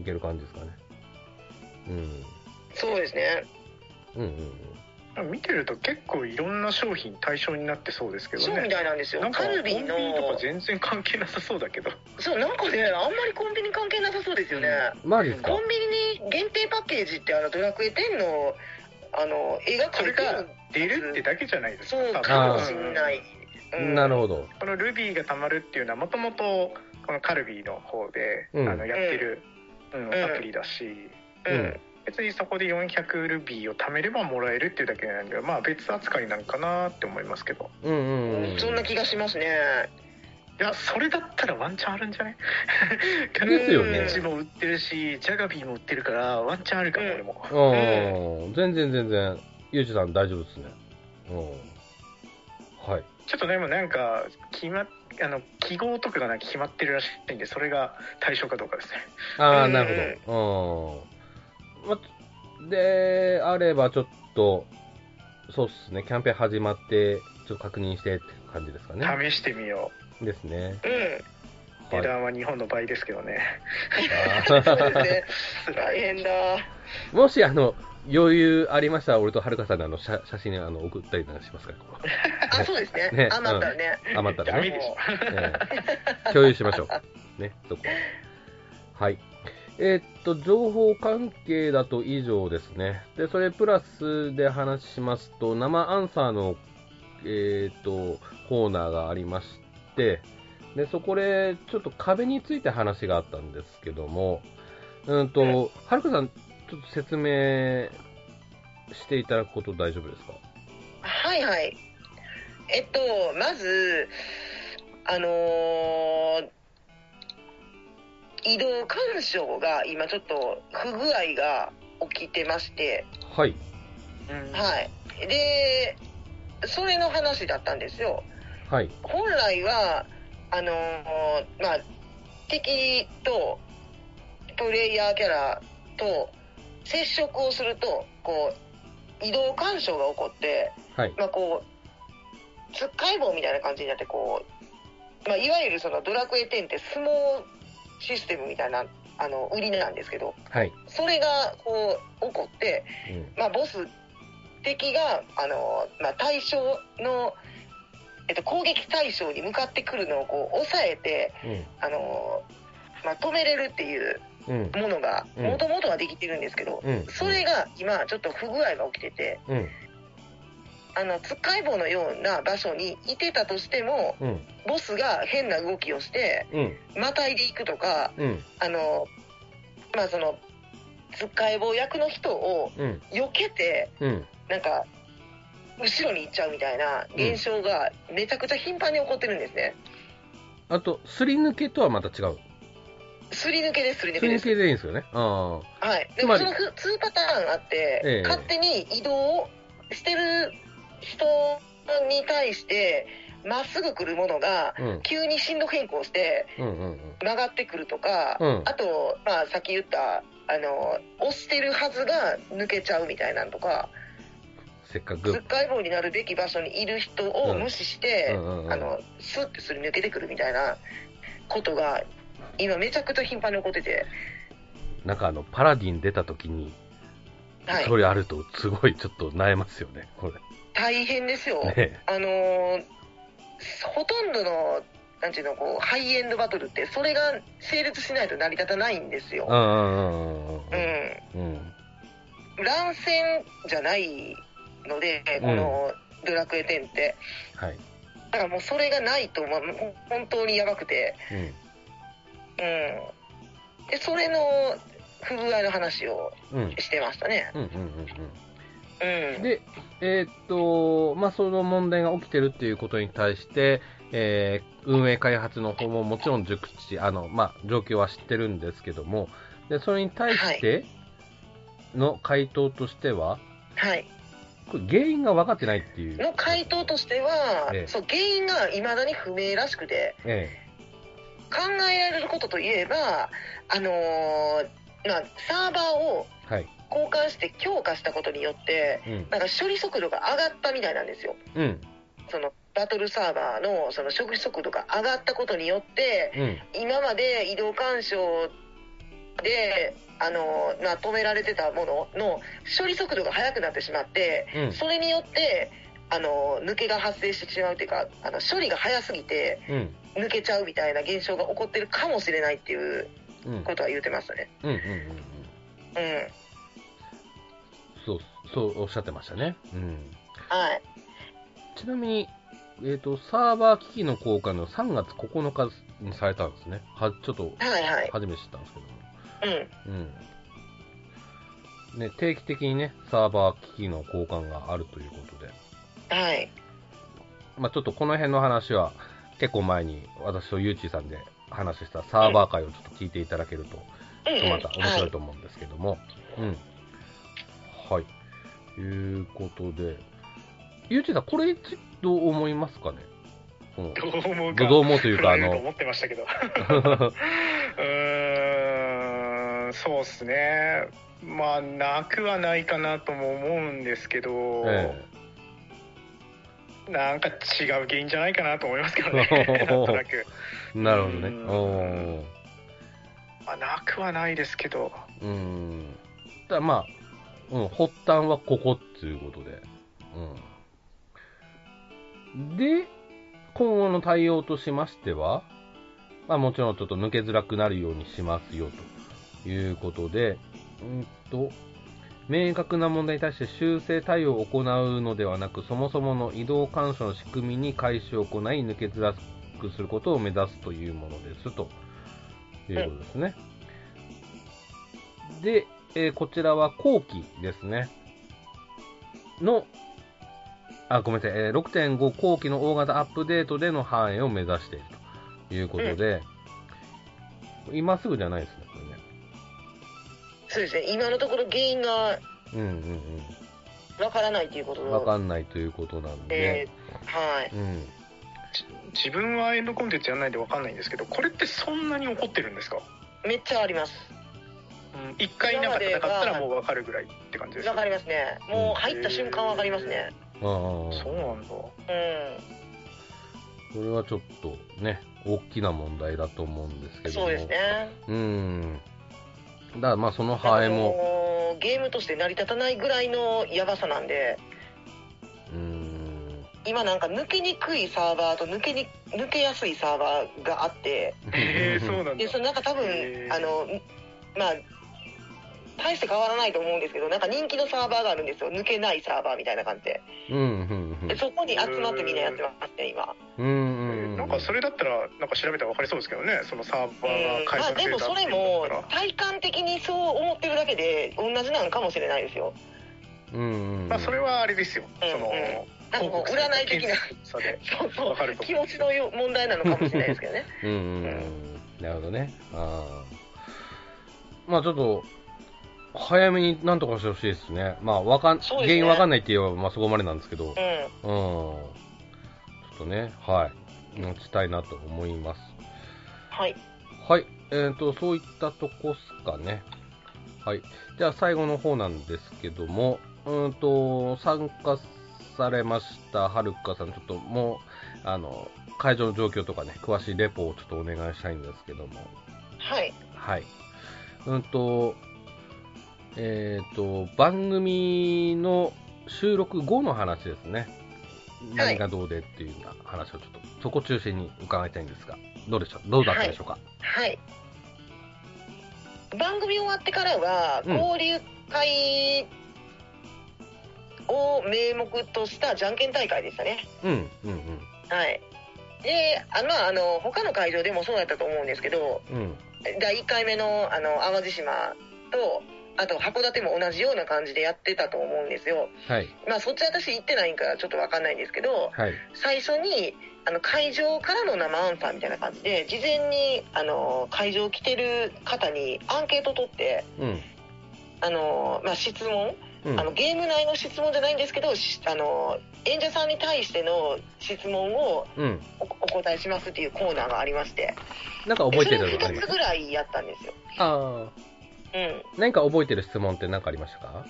いける感じですかね。
そうですね。
うん。うんうんうん。
見てると結構いろんな商品対象になってそうですけど
そうみ
ね
たいなんですよ
なん。か
カ
コン
ル
ビ
ビ
ニ
の、
とか全然関係なさそうだけど
そう、なんかね、あんまりコンビニ関係なさそうですよね。
マジですか
コンビニに限定パッケージって、あの、ドラクエ10の、あの、映画
そ
館
れ
が
が、出るってだけじゃないです
そう
多分
かもしんない。うん
なるほど。
このルビーがたまるっていうのはもともとこのカルビーの方で、
うん
あのやってる、うん
うん
アプリだし、
うん
うん
別にそこで400ルビーを貯めればもらえるっていうだけなんでまあ別扱いなんかなって思いますけど
うんうん、うん。
そんな気がしますね。
いやそれだったらワンチャンあるんじゃない
ですよね
うちも売ってるしジャガビーも売ってるからワンチャンあるかも
うん
俺も、
うん。全然全然、ゆうじさん大丈夫ですね。うん。はい。
ちょっとねもうなんか決まっあの記号とかがなんか決まってるらしいんでそれが対象かどうかですね
ああ、
うん
なるほど。うん。ま、で、あればちょっと、そうっすね、キャンペーン始まって、ちょっと確認してって感じですかね。
試してみよ
ですね。
うん。
う値
はい、
段は日本の倍ですけどね
そうですね。大変だ。
もし、あの、余裕ありましたら、俺とはるかさんのあの写写真あの送ったりなんかしますから、ここ
あ、そうです
ね
ね。あ、またね。
余った
ダ
ら
メ
ね、
でしょ
ええ共有しましょう。ね、そこは。はい。えーっと、情報関係だと以上ですね。で、それプラスで話しますと、生アンサーの、えーっと、コーナーがありまして、で、そこで、ちょっと壁について話があったんですけども、うんと、はるかさん、ちょっと説明していただくこと大丈夫ですか
はいはい。えっと、まず、あのー移動干渉が今ちょっと不具合が起きてまして、
はい。
はい。で、それの話だったんですよ。
はい。
本来は、あのーまあ、敵とプレイヤーキャラと接触をすると、こう、移動干渉が起こって、
はい。
まあこう、つっかい棒みたいな感じになって、こう、まあいわゆるそのドラクエ10って相撲システムみたいな、あの、売りなんですけど、
はい。
それがこう、起こって、まあボス敵が、あの、まあ対象の、えっと、攻撃対象に向かってくるのをこう、抑えて、あの、まあ止めれるっていう
うん。うん。
ものが、
うん
もともとはできてるんですけど、
うん。
それが今ちょっと不具合が起きてて、
うん。
あの、つっかい棒のような場所にいてたとしても、
うん。
ボスが変な動きをして、
うん。
またいでいくとか、
うん。
あの、まあ、その、つっかい棒役の人を
うん。
避けて、
うん。
なんか、後ろに行っちゃうみたいな現象がめちゃくちゃ頻繁に起こってるんですね。
あと、すり抜けとはまた違う。
すり抜けです、すり抜
す
け
り
で
抜
す。
けでいいんですよね。あ
はい。で
つまり
そのふ2パターンあって、
ええ
勝手に移動をしてる人に対して、まっすぐ来るものが
あ。、うん。
急に進路変更して
うんうんうん。
曲がってくるとか、
うん
あと、まあ、さっき言った、あの、押してるはずが抜けちゃうみたいなのとか、
せっか
つっ
く。
かい棒になるべき場所にいる人を無視して、
うんうんうん
あの、スッてすり抜けてくるみたいなことが、今めちゃくちゃ頻繁に起こってて、
なんかあの、パラディン出た時に、
はい
そ。れあると、すごいちょっと悩ますよね、こ
大変ですよ。
れ。ね
あのーほとんどの、なんていうの、こう、ハイエンドバトルって、それが成立しないと成り立たないんです
うんう
よ。
んうん
う
うん
ん。
うん。うん。
乱戦じゃないので、この、ドラクエ10って。
はい。
だからもうそれがないと、まあ、ほん本当にやばくて。うん。で、それの不具合の話を
うん。うん。
してましたね。
うんうんうん
う。
うんん。で、えーっと、まあ、その問題が起きてるっていうことに対して、えー運営開発の方ももちろん熟知、あの、まあ、状況は知ってるんですけども、で、それに対しての回答としては、
はい。
これ原因が分かってないっていう。
の回答としては、
ええ
そう、原因が未だに不明らしくて、
え
考えられることといえば、あのーまあ、サーバーを
えはい。
交換して強化したことによって、
うん。
なんか処理速度が上がったみたいなんですよ。
うん。
そのバトルサーバーのその処理速度が上がったことによって、
うん。
今まで移動干渉で、あのーまあ、止められてたものの処理速度が速くなってしまって、
うん。
それによって、あのー抜けが発生してしまうというか、あの処理が速すぎて
うん。
抜けちゃうみたいな現象が起こってるかもしれないっていう
うん。
ことは言ってましたね。
うん。うん。うん。
うん。
そう、そうおっしゃってましたね。うん。
はい。
ちなみに、えっ、と、サーバー機器の交換の3月9日にされたんですね。は、ちょっと、
はいはい。
初めて知ったんですけども。
うん。
うん。ね、定期的にね、サーバー機器の交換があるということで。
はい。
まあちょっとこの辺の話は、結構前に私とゆうちーさんで話したサーバー会をちょっと聞いていただけると、
うん、うん。
また面
は
白い
い。
と思うんですけども。うん。はい。いうことで、ゆうちーさん、これについてどう思いますかねこの
どう思うか
どう思うという
振
か、
ら
あ
れると
の、
思ってま したけどうーんそうっすねまあなくはないかなとも思うんですけど、
え
なんか違う原因じゃないかなと思いますけ どねなんとなく、
えなるほどね。
うん
おー
まあ、なくはないですけど
うーん。ただまあ、うん、発端はここっていうことで。うん。で、今後の対応としましては、まあもちろんちょっと抜けづらくなるようにしますよということで、うんと、明確な問題に対して修正対応を行うのではなく、そもそもの移動干渉の仕組みに開始を行い、抜けづらくすることを目指すというものですということですね。で、えーこちらは後期ですね。の、あ、ごめんなさい、えー6.5後期の大型アップデートでの反映を目指しているということで、今すぐじゃないですね、こ
そうですね。今のところ原因が
れね。うん
わからないということ
うんうん。わ
の
かんないということなん
で
で、、
はい。
うん。
じ自分はエンドコンテンツやらないんで分かんないんですけどこれってそんなに怒ってるんですか、
めっちゃあります。
うん、一回なんか戦ったらもう分かるぐらいって感じです
わ
よ
か
ね
りますね。もう入った瞬間わかりますね。
ああ、
そうなんだ
う
これはちょっとね、大きな問題だと思うんですけ
ん。
ども。
そうです。ね。
うん。だからまあその反
な
映
んか
も、
もうゲームとして成り立たないぐらいのやばさなんで、
うん。
今なんか抜けにくいサーバーと抜けに、抜けやすいサーバーがあって、
へえそうなんだ
でそのなんか多分
へー
あのまあ大して変わらないと思うんですけどなんか人気のサーバーがあるんですよ抜けないサーバーみたいな感じで
うん、うん、うん
で。そこに集まってみんなやってますね今
うんうんうん
なんかそれだったらなんか調べたら分かりそうですけどねそのサーバーが
うん
解
まあ
散
で
され
も
た
そ
ってい
れ
う
も
んだったら
体感的にそう思ってるだけで同じなのかもしれないですよ
うんうんうん
まあ、それはあれですよ、
うん
その
なんかこう占い的な
差で
そうそ
わかる
う
と思う
気持ちのよ問題なのかもしれないですけど ね
うんうんうんなるほどねあーまあちょっと早めになんとかしてほしいですねまあわかん、
そう
原
ですね
因わかんないって言えば、まあ、そこまでなんですけど、うん、
う
ち
ん
ょっとねはいうんしたいなと思います
はい
はい、えー、とそういったとこっすかね。はい、じゃあ最後の方なんですけども、うーんと参加されましたはるかさん、ちょっともうあの会場の状況とかね、詳しいレポをちょっとお願いしたいんですけども、
はい
はい、うんと、えっ、と、番組の収録後の話ですね、
はい
何がどうでっていうような話をちょっと、そこ中心に伺いたいんですが、どうでしょう、どうだったでしょうか。
はい番組終わってからは
うん
交流会を名目としたじゃんけん大会でしたね
うん、うん、うん。
はいであまああの他の会場でもそうだったと思うんですけど
うん、
第1回目のあの淡路島とあと函館も同じような感じでやってたと思うんですよ
はい、
まあそっち私行ってないんからちょっと分かんないんですけど
はい、
最初にあの会場からの生アンサーみたいな感じで事前にあの会場来てる方にアンケート取って
うん、
あの、まあ、質問
うん、
あのゲーム内の質問じゃないんですけどしあの演者さんに対しての質問を
うん、
おお答えしますっていうコーナーがありまして
なんか
で
覚えて
そ
る
れ
のあ
を
りま
2
す
つぐらいやったんですよ。
あ
うん
あ、何か覚えてる質問って何かありましたか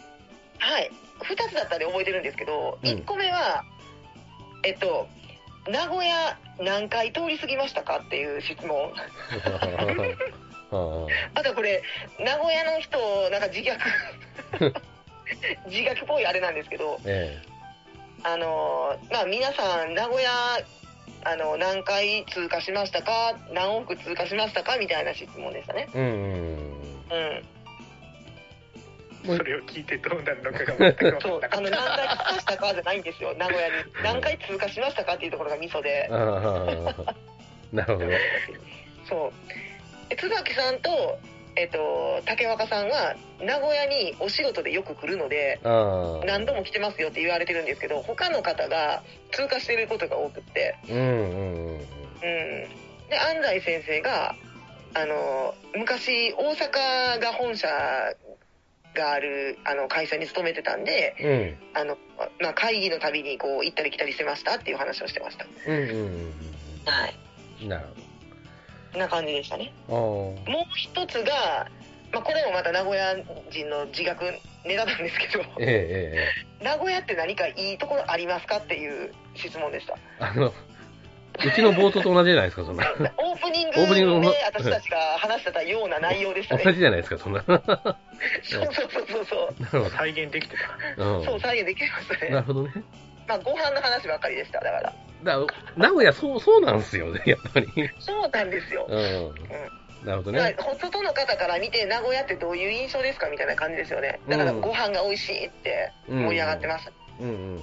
はい、2つだったんで覚えてるんですけど、
うん
一1個目は、えっと、名古屋何回通り過ぎましたかっていう質問、
あー
あとこれ、名古屋の人、なんか自虐、自虐っぽいあれなんですけど、
え
あのーまあ、皆さん、名古屋、あの何回通過しましたか、何億通過しましたかみたいな質問でしたね。
え、うん、
うん
もう
それを聞いてどうなるのかが全く分か
そ
ん
う
なか
あの
っ
何回通過したかじゃないんですよ、名古屋に。何回通過しましたかっていうところがミソで
うん、。ああ、なるほど。
そう。え津崎さんと、えっと、竹若さんは、名古屋にお仕事でよく来るので、
ああ、
何度も来てますよって言われてるんですけど、他の方が通過してることが多くって、
うん、うん、うん、
うん。で、安西先生が、あの、昔、大阪が本社がある、あの、会社に勤めてたんで、
うん、
あの、まあ、会議のたびにこう、行ったり来たりしてましたっていう話をしてました。
うん、うん、
はい。
うん、なる
こんな感じでしたね。
ほど。あ
もう一つが、まあ、これもまた名古屋人の自虐ネタなんですけど
あ、ええ、ええ、
名古屋って何かいいところありますかっていう質問でした。
あの、うちの冒頭と同じじゃないです か、そんな。
オープニング
オープニングの
で私たちが話してたような内容でした
同
ね。
じじゃないですか、そんな。 な
そうそうそうそうそう。
る
た再現できてた
ほ
そ
ど。
う、再現できました
うん、なる
ね。
ほどね。
まあ、ご飯の話ばっかりでした、だから。
だ名古屋、そう、そうなんですよね、やっぱり。
そうなんですよ。
うん。なるほど
だ
ね。
から外の方から見て、名古屋ってどういう印象ですかみたいな感じですよね。だから、
うん
ご飯が美味しいって盛り上がってます。
うんうん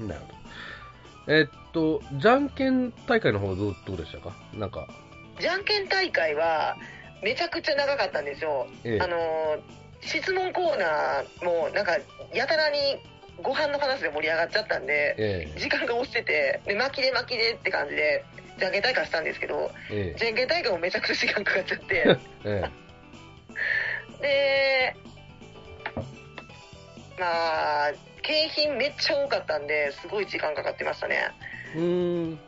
うん。なるほど。えっと、じゃんけん大会の方はどうどうでしたかなんか、
じゃんけん大会は、めちゃくちゃ長かったんですよ。
え
あのー質問コーナーもなんかやたらにご飯の話で盛り上がっちゃったんで
ええ
時間が押しててで巻きで巻きでって感じでじゃんけん大会したんですけど
え
じゃんけん大会もめちゃくちゃ時間かかっちゃって
ええ
でまあ景品めっちゃ多かったんですごい時間かかってましたね
えうーん。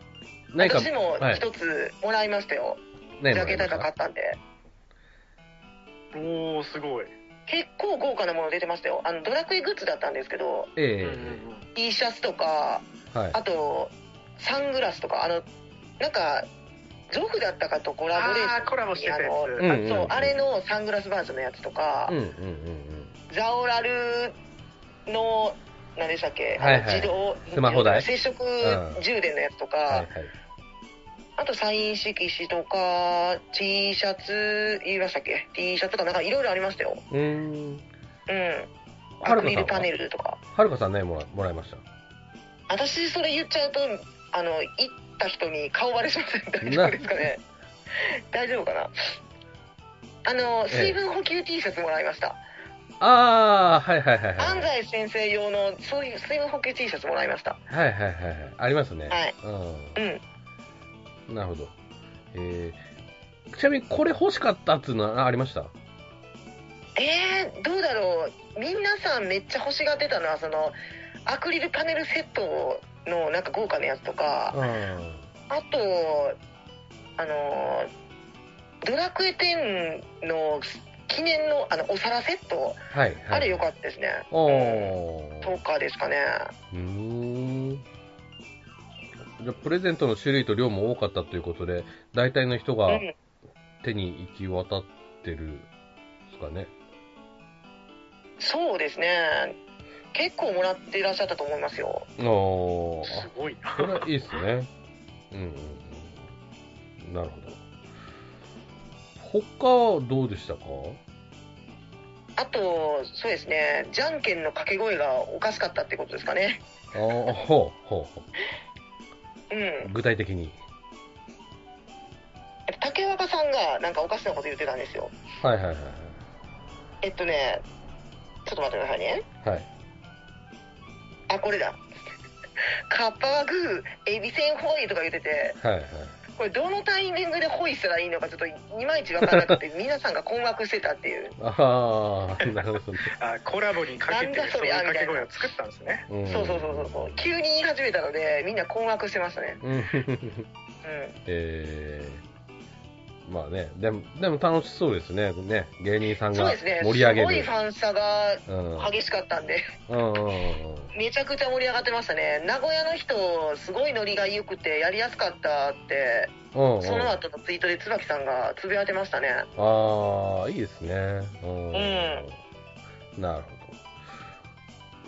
何か、
私も一つもらいましたよ、
何
じゃ
もら
んけ
い
ん
ま
大
した
会買ったんで
なおおすごい、
結構豪華なもの出てましたよあのドラクエグッズだったんですけど
え
う
え
んうん
え
うん
T シャツとか
えはい。
あと、サングラスとか、あの、なんか、ゾフだったかとコラボレーション
ああコラボしてたやつ、
うん
あ
あそう、あれのサングラスバージョンのやつとか、
うんうんうん
ザオラルの、何でしたっけ、
はいはい
あの自動、
スマホ台
接触
うん
充電のやつとか、
うん。はいはい。
あとサイン色紙とか、T シャツ、言いましたっけ ?T シャツとか、なんかいろいろありましたよ。
うーん。
うん。
は
ア
る
ク
か
リ
さん
ルパネ
は
ルとか。
はるかさん何もらもらいました
私、それ言っちゃうと、あの、行った人に顔バレしません。大丈夫ですかね。大丈夫かな。あの、
ええ
水分補給 T シャツもらいました。
ああ、はいはいはい、はい。
安西先生用のそういう水分補給 T シャツもらいました。
はいはいはいはい。ありますね。
はい。うん。
うん。なるほど。えー、ちなみにこれ欲しかったっていうのはあありました
えー、どうだろう。皆さんめっちゃ欲しがってたのは、その、アクリルパネルセットのなんか豪華なやつとか、
うん。
あと、あのー、ドラクエ10の記念のあのお皿セット、
はい、はい。
あれ良かったですね。
おお
うん。とかですかね。
うーん。じゃあプレゼントの種類と量も多かったということで、大体の人
う
が
ん。
手に行き渡ってるんですかね。
そうですね。結構もらっていらっしゃったと思いますよ。
おー。
すごい
あ
な
それはいいっすね。うんうんうん。なるほど。他はどうでしたか
あと、そうですね、じゃんけんの掛け声がおかしかったってことですかね。
ああ、ほうほうほ
う
う。
ん。
具体的に。
竹若さんがなんかおかしなこと言ってたんですよ。
はいはいはい
えっとね、ちょっと待ってくださいね。
はい。はい。
あ、これだ。カッパはグー、エビせんホイとか言ってて、
はいはい。
これどのタイミングでホイしたらいいのかちょっといまいちわからなくて、皆さんが困惑してたっていう。
ああ、なるほどね。
あコラボにかけ
なん
て
だそ
そういう
りゃ
掛け声を作ったんですね
うん
そうそうそうそうそう。急に言い始めたので、みんな困惑してましたね。
うん。
う
えー、まあね、でも、でも楽しそうですね。ね、芸人さん
ん。そう
が
ですね。
盛り上げ
すごい
る
フ。ァン差が
うん
激しかったんで。
うんうんうんうん。
めちゃくちゃ盛り上がってましたね名古屋の人すごいノリが良くてやりやすかったって
うんうん
その後のツイートで椿さんがつぶやいてましたね
ああ、いいですね。うん。なるほ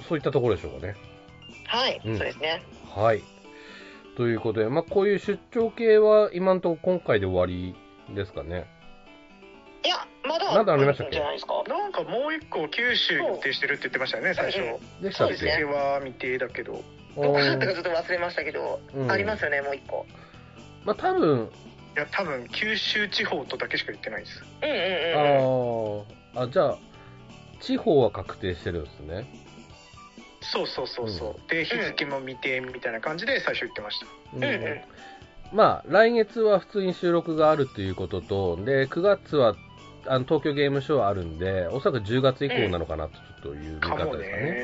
ど。そういったところでしょうかね。
はい、
うん
そうですね
はい。ということで、まあ、こういう出張系は今んとこ今回で終わりですかね。
いやまだ
まだありましたっけ
じゃないですか
なんかもう一個九州予定してるって言ってましたよね最初
うんうん
でしたっけ
そうですね
は未定だけど
僕はとか
う
ちょっと忘れましたけど、
うん
ありますよねもう一個
んまあ、多分、
いや多分九州地方とだけしか言ってないです
うんうんうん
あーあ、じゃあ、地方は確定してるんですね。
そうそうそうそう、
う
で日付も未定みたいな感じで最初言ってました
うん
うんう
まあ、来月は普通に収録があるということと、で、9月は、あの、東京ゲームショウあるんで、おそらく10月以降なのかなと、ちょっという見
か
方
も
ですかね。
ね
ん、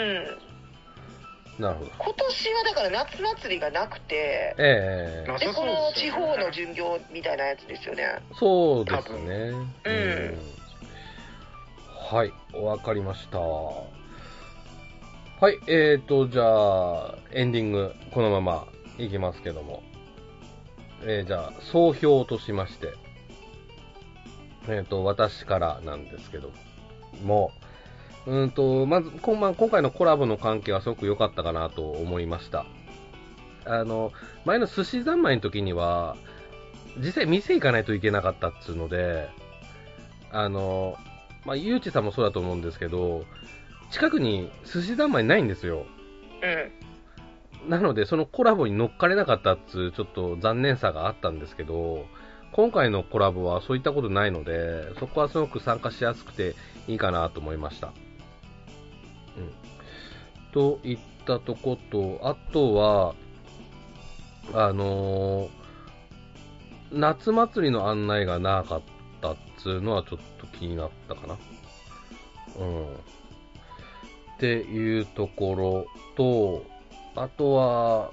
うん、
うん。なるほど。
今年はだから夏祭りがなくて
ええ
なさ
で
そうで
こ
すよね
の地方の巡業みたいなやつですよね
そうですね。
多分うん
はい、わかりました。はい、えーと、じゃあ、エンディング、このままいきますけども。えー、じゃあ、総評としまして。えーと、私からなんですけども。うーんと、まず、こんま今回のコラボの関係はすごく良かったかなと思いました。あの、前の寿司三昧の時には、実際店行かないといけなかったっつうので、あの、まあ、ゆうちさんもそうだと思うんですけど、近くに寿司三昧ないんですよ。
う
なので、そのコラボに乗っかれなかったっつう、ちょっと残念さがあったんですけど、今回のコラボはそういったことないので、そこはすごく参加しやすくていいかなと思いました。うん。といったとこと、あとは、あのー夏祭りの案内がなかったっつうのはちょっと気になったかな。うん。っていうところと、あとは、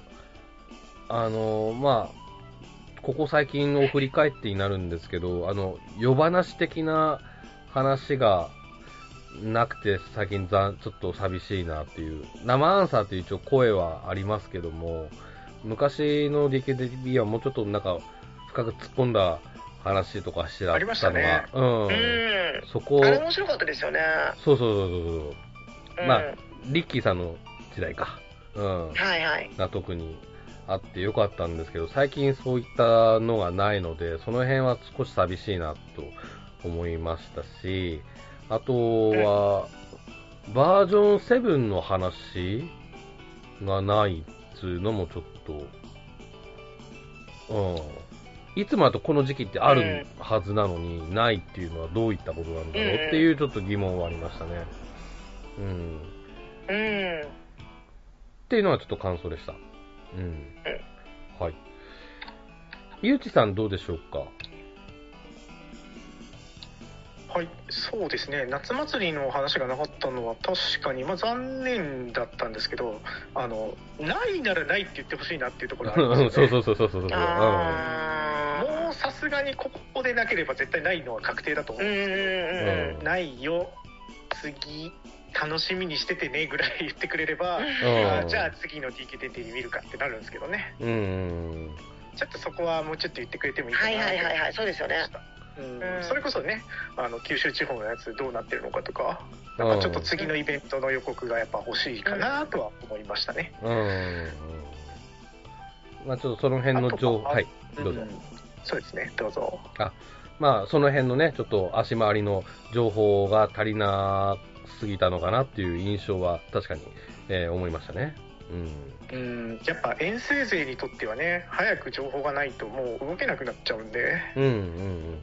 あの、まあ、ここ最近を振り返ってになるんですけど、あの、夜話的な話がなくて、最近ざんちょっと寂しいなっていう、生アンサーっていう一応声はありますけども、昔の DKDB はもうちょっとなんか、深く突っ込んだ話とかしてたのが、
ありましたね
うん
ん、うん
そこを
あれ面白かったですよね、
そうそうそうそうそう。
うん、
まあリッキーさんの時代か。うん。
はいはい
が特にあってよかったんですけど、最近そういったのがないので、その辺は少し寂しいなと思いましたし、あとは、バージョン7の話がないっつうのもちょっと、うん、いつもだとこの時期ってあるはずなのに、ないっていうのはどういったことなんだろうっていうちょっと疑問はありましたね。うん。
うん。
っていうのはちょっと感想でした。うん。はい。ゆうちさんどうでしょうか
はい、そうですね夏祭りの話がなかったのは確かに、まあ、残念だったんですけどあのないならないって言ってほしいなっていうところがありま す
うんそう
よね
そうそうそうそうそう。うん
あー
もうさすがにここでなければ絶対ないのは確定だと思
う
うん
うん
ですけ
うん
ど、ないよ次楽しみにしててねぐらい言ってくれれば、
うん
あじゃあ次の DQ 出て見るかってなるんですけどね
うんうん
ちょっとそこはもうちょっと言ってくれてもいいか
は
な
いはいはい
い
はい、そうですよね。うん
それこそねあの九州地方のやつどうなってるのかとか
う
なん
ん。
かちょっと次のイベントの予告がやっぱ欲しいかなとは思いましたね。
うんうんうん。まあちょっとその辺の情報、
あとは
はい、どうぞ。
んそうですね、どうぞ。
まあ、その辺のね、ちょっと足回りの情報が足りなすぎたのかなっていう印象は確かに、えー思いましたね。うん。
うん、やっぱ遠征勢にとってはね、早く情報がないともう動けなくなっちゃうんで、
うんうんうんうんうん。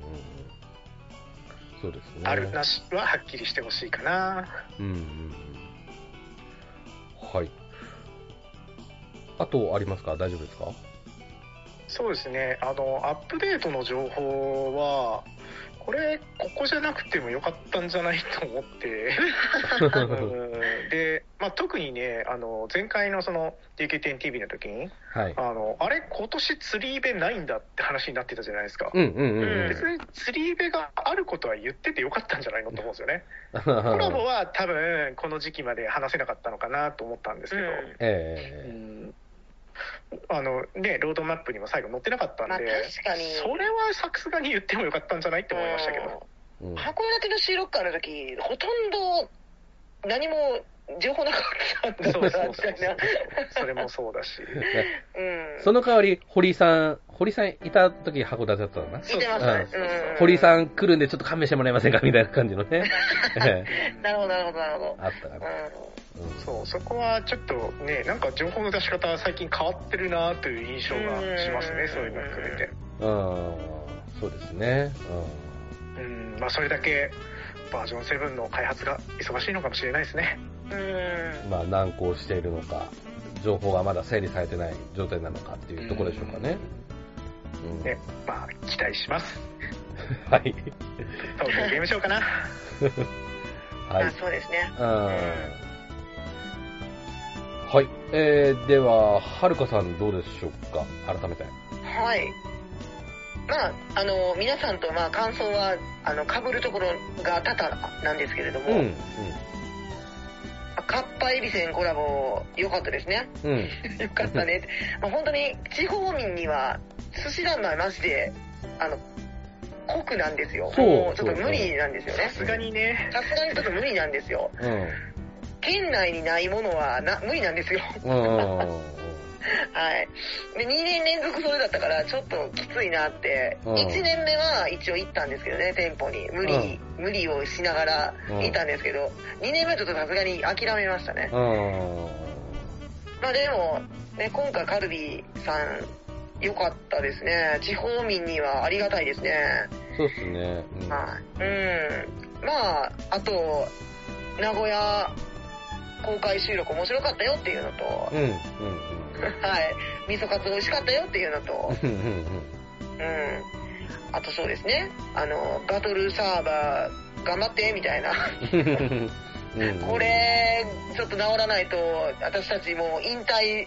そうですね。
あるなしははっきりしてほしいかな。
うんうんうん。はい。あとありますか大丈夫です か
そうですね、あの、アップデートの情報は、これ、ここじゃなくてもよかったんじゃないと思って。うんで、まあ、特にね、あの、前回のその、DQ10TV の時に、
はい。
あのあれ、今年釣りイベないんだって話になってたじゃないですか、
うんうんうんうん。
別に釣りイベがあることは言っててよかったんじゃないのと思うんですよね、コラボは多分この時期まで話せなかったのかなと思ったんですけど、う
え
んあのね、ロードマップにも最後載ってなかったん
まあ確
で、
かに。
それはさすがに言ってもよかったんじゃないって思いましたけど、
えうん
箱根だけの収録会の時、ほとんど何も情報なかったんだ
そうそうそうそ
みたいうな、
それもそうだし、
ね
うん。
その代わり、堀井さん、堀井さんいた時函館だったのかな
見てましたね。うん
堀井さん来るんでちょっと勘弁してもらえませんかみたいな感じの ね。ええ
なるほど、なるほど、なるほ
あったか
ど。
な。うん
そうそこはちょっとね、なんか情報の出し方は最近変わってるなという印象がします
うん
ね、そういうのを含めて。
うん。そうですね。
うんまあ、それだけバージョン7の開発が忙しいのかもしれないですね。
うん。うん
うん。まあ、難航しているのか、情報がまだ整理されてない状態なのかっていうところでしょうかね。うん
ねまあ、期待します。
はい。
東京ゲームショ ーかな。
はい
あ。そうですね。
うんはい。えー、では、はるかさんどうでしょうか改めて。
はい。まあ、あの、皆さんと、まあ、感想は、あの、被るところが多々なんですけれども、
うん。
カッパエビセンコラボ、良かったですね。
うん。うん。
良かったね。まあ、本当に、地方民には、寿司団はなしで、あの、酷なんですよ。
そう
もうちょっと無理なんですよ
さ
ね。
すがにね。
さすがにちょっと無理なんですよ。
うん。
県内にないものはな無理なんですよ。
うん。
はい。で、2年連続それだったから、ちょっときついなって、
うん
1年目は一応行ったんですけどね、店舗に。無理、無理をしながら行ったんですけど、2年目はちょっとさすがに諦めましたね。
うん。
まあでも、ね、今回カルビーさん、良かったですね。地方民にはありがたいですね。
そうっすね。うん
はい。うん。まあ、あと、名古屋公開収録面白かったよっていうのと、
うん。うん。
はい。味噌カツ美味しかったよっていうのと、
うん。うん。うん。
うん。あとそうですね。あの、バトルサーバー、頑張って、みたいな。
うんうん。
これ、ちょっと治らないと、私たちもう引退、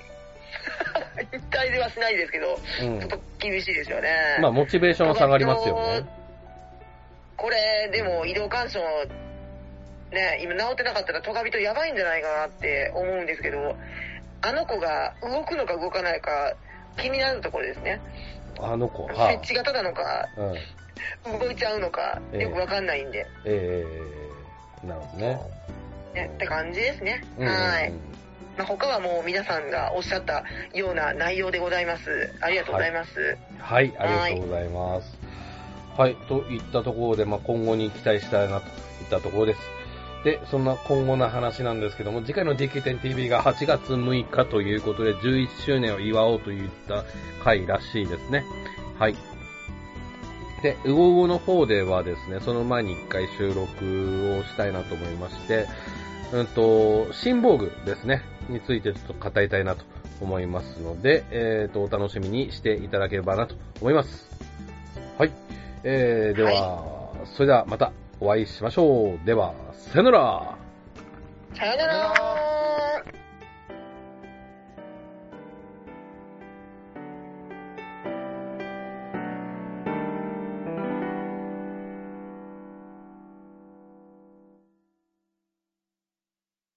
引退ではしないですけど、
う
ちょっ
ん。
と厳しいですよね。
まあ、モチベーションは下がりますよね。
これ、でも、医療干渉、ね、今治ってなかったら、トカビとやばいんじゃないかなって思うんですけど、あの子が動くのか動かないか、気になるところですね。
あの子は。
設置型なのか、
うん。
動いちゃうのか、
ええ
よくわかんないんで、
えー、なるほどね。
ね、って感じですね。
うん
はい。。まあ、他はもう皆さんがおっしゃったような内容でございます。ありがとうございます。
はい、ありがとうございます。はい、といったところで、まあ、今後に期待したいなといったところです。で、そんな今後の話なんですけども、次回の DQ10TV が8月6日ということで、11周年を祝おうといった回らしいですね。はい。で、うごうごの方ではですね、その前に一回収録をしたいなと思いまして、うんと、新防具ですね、についてちょっと語りたいなと思いますので、えっ、ー、と、お楽しみにしていただければなと思います。はい。えー、では、はい、それではまたお会いしましょう。では、さよなら
さよなら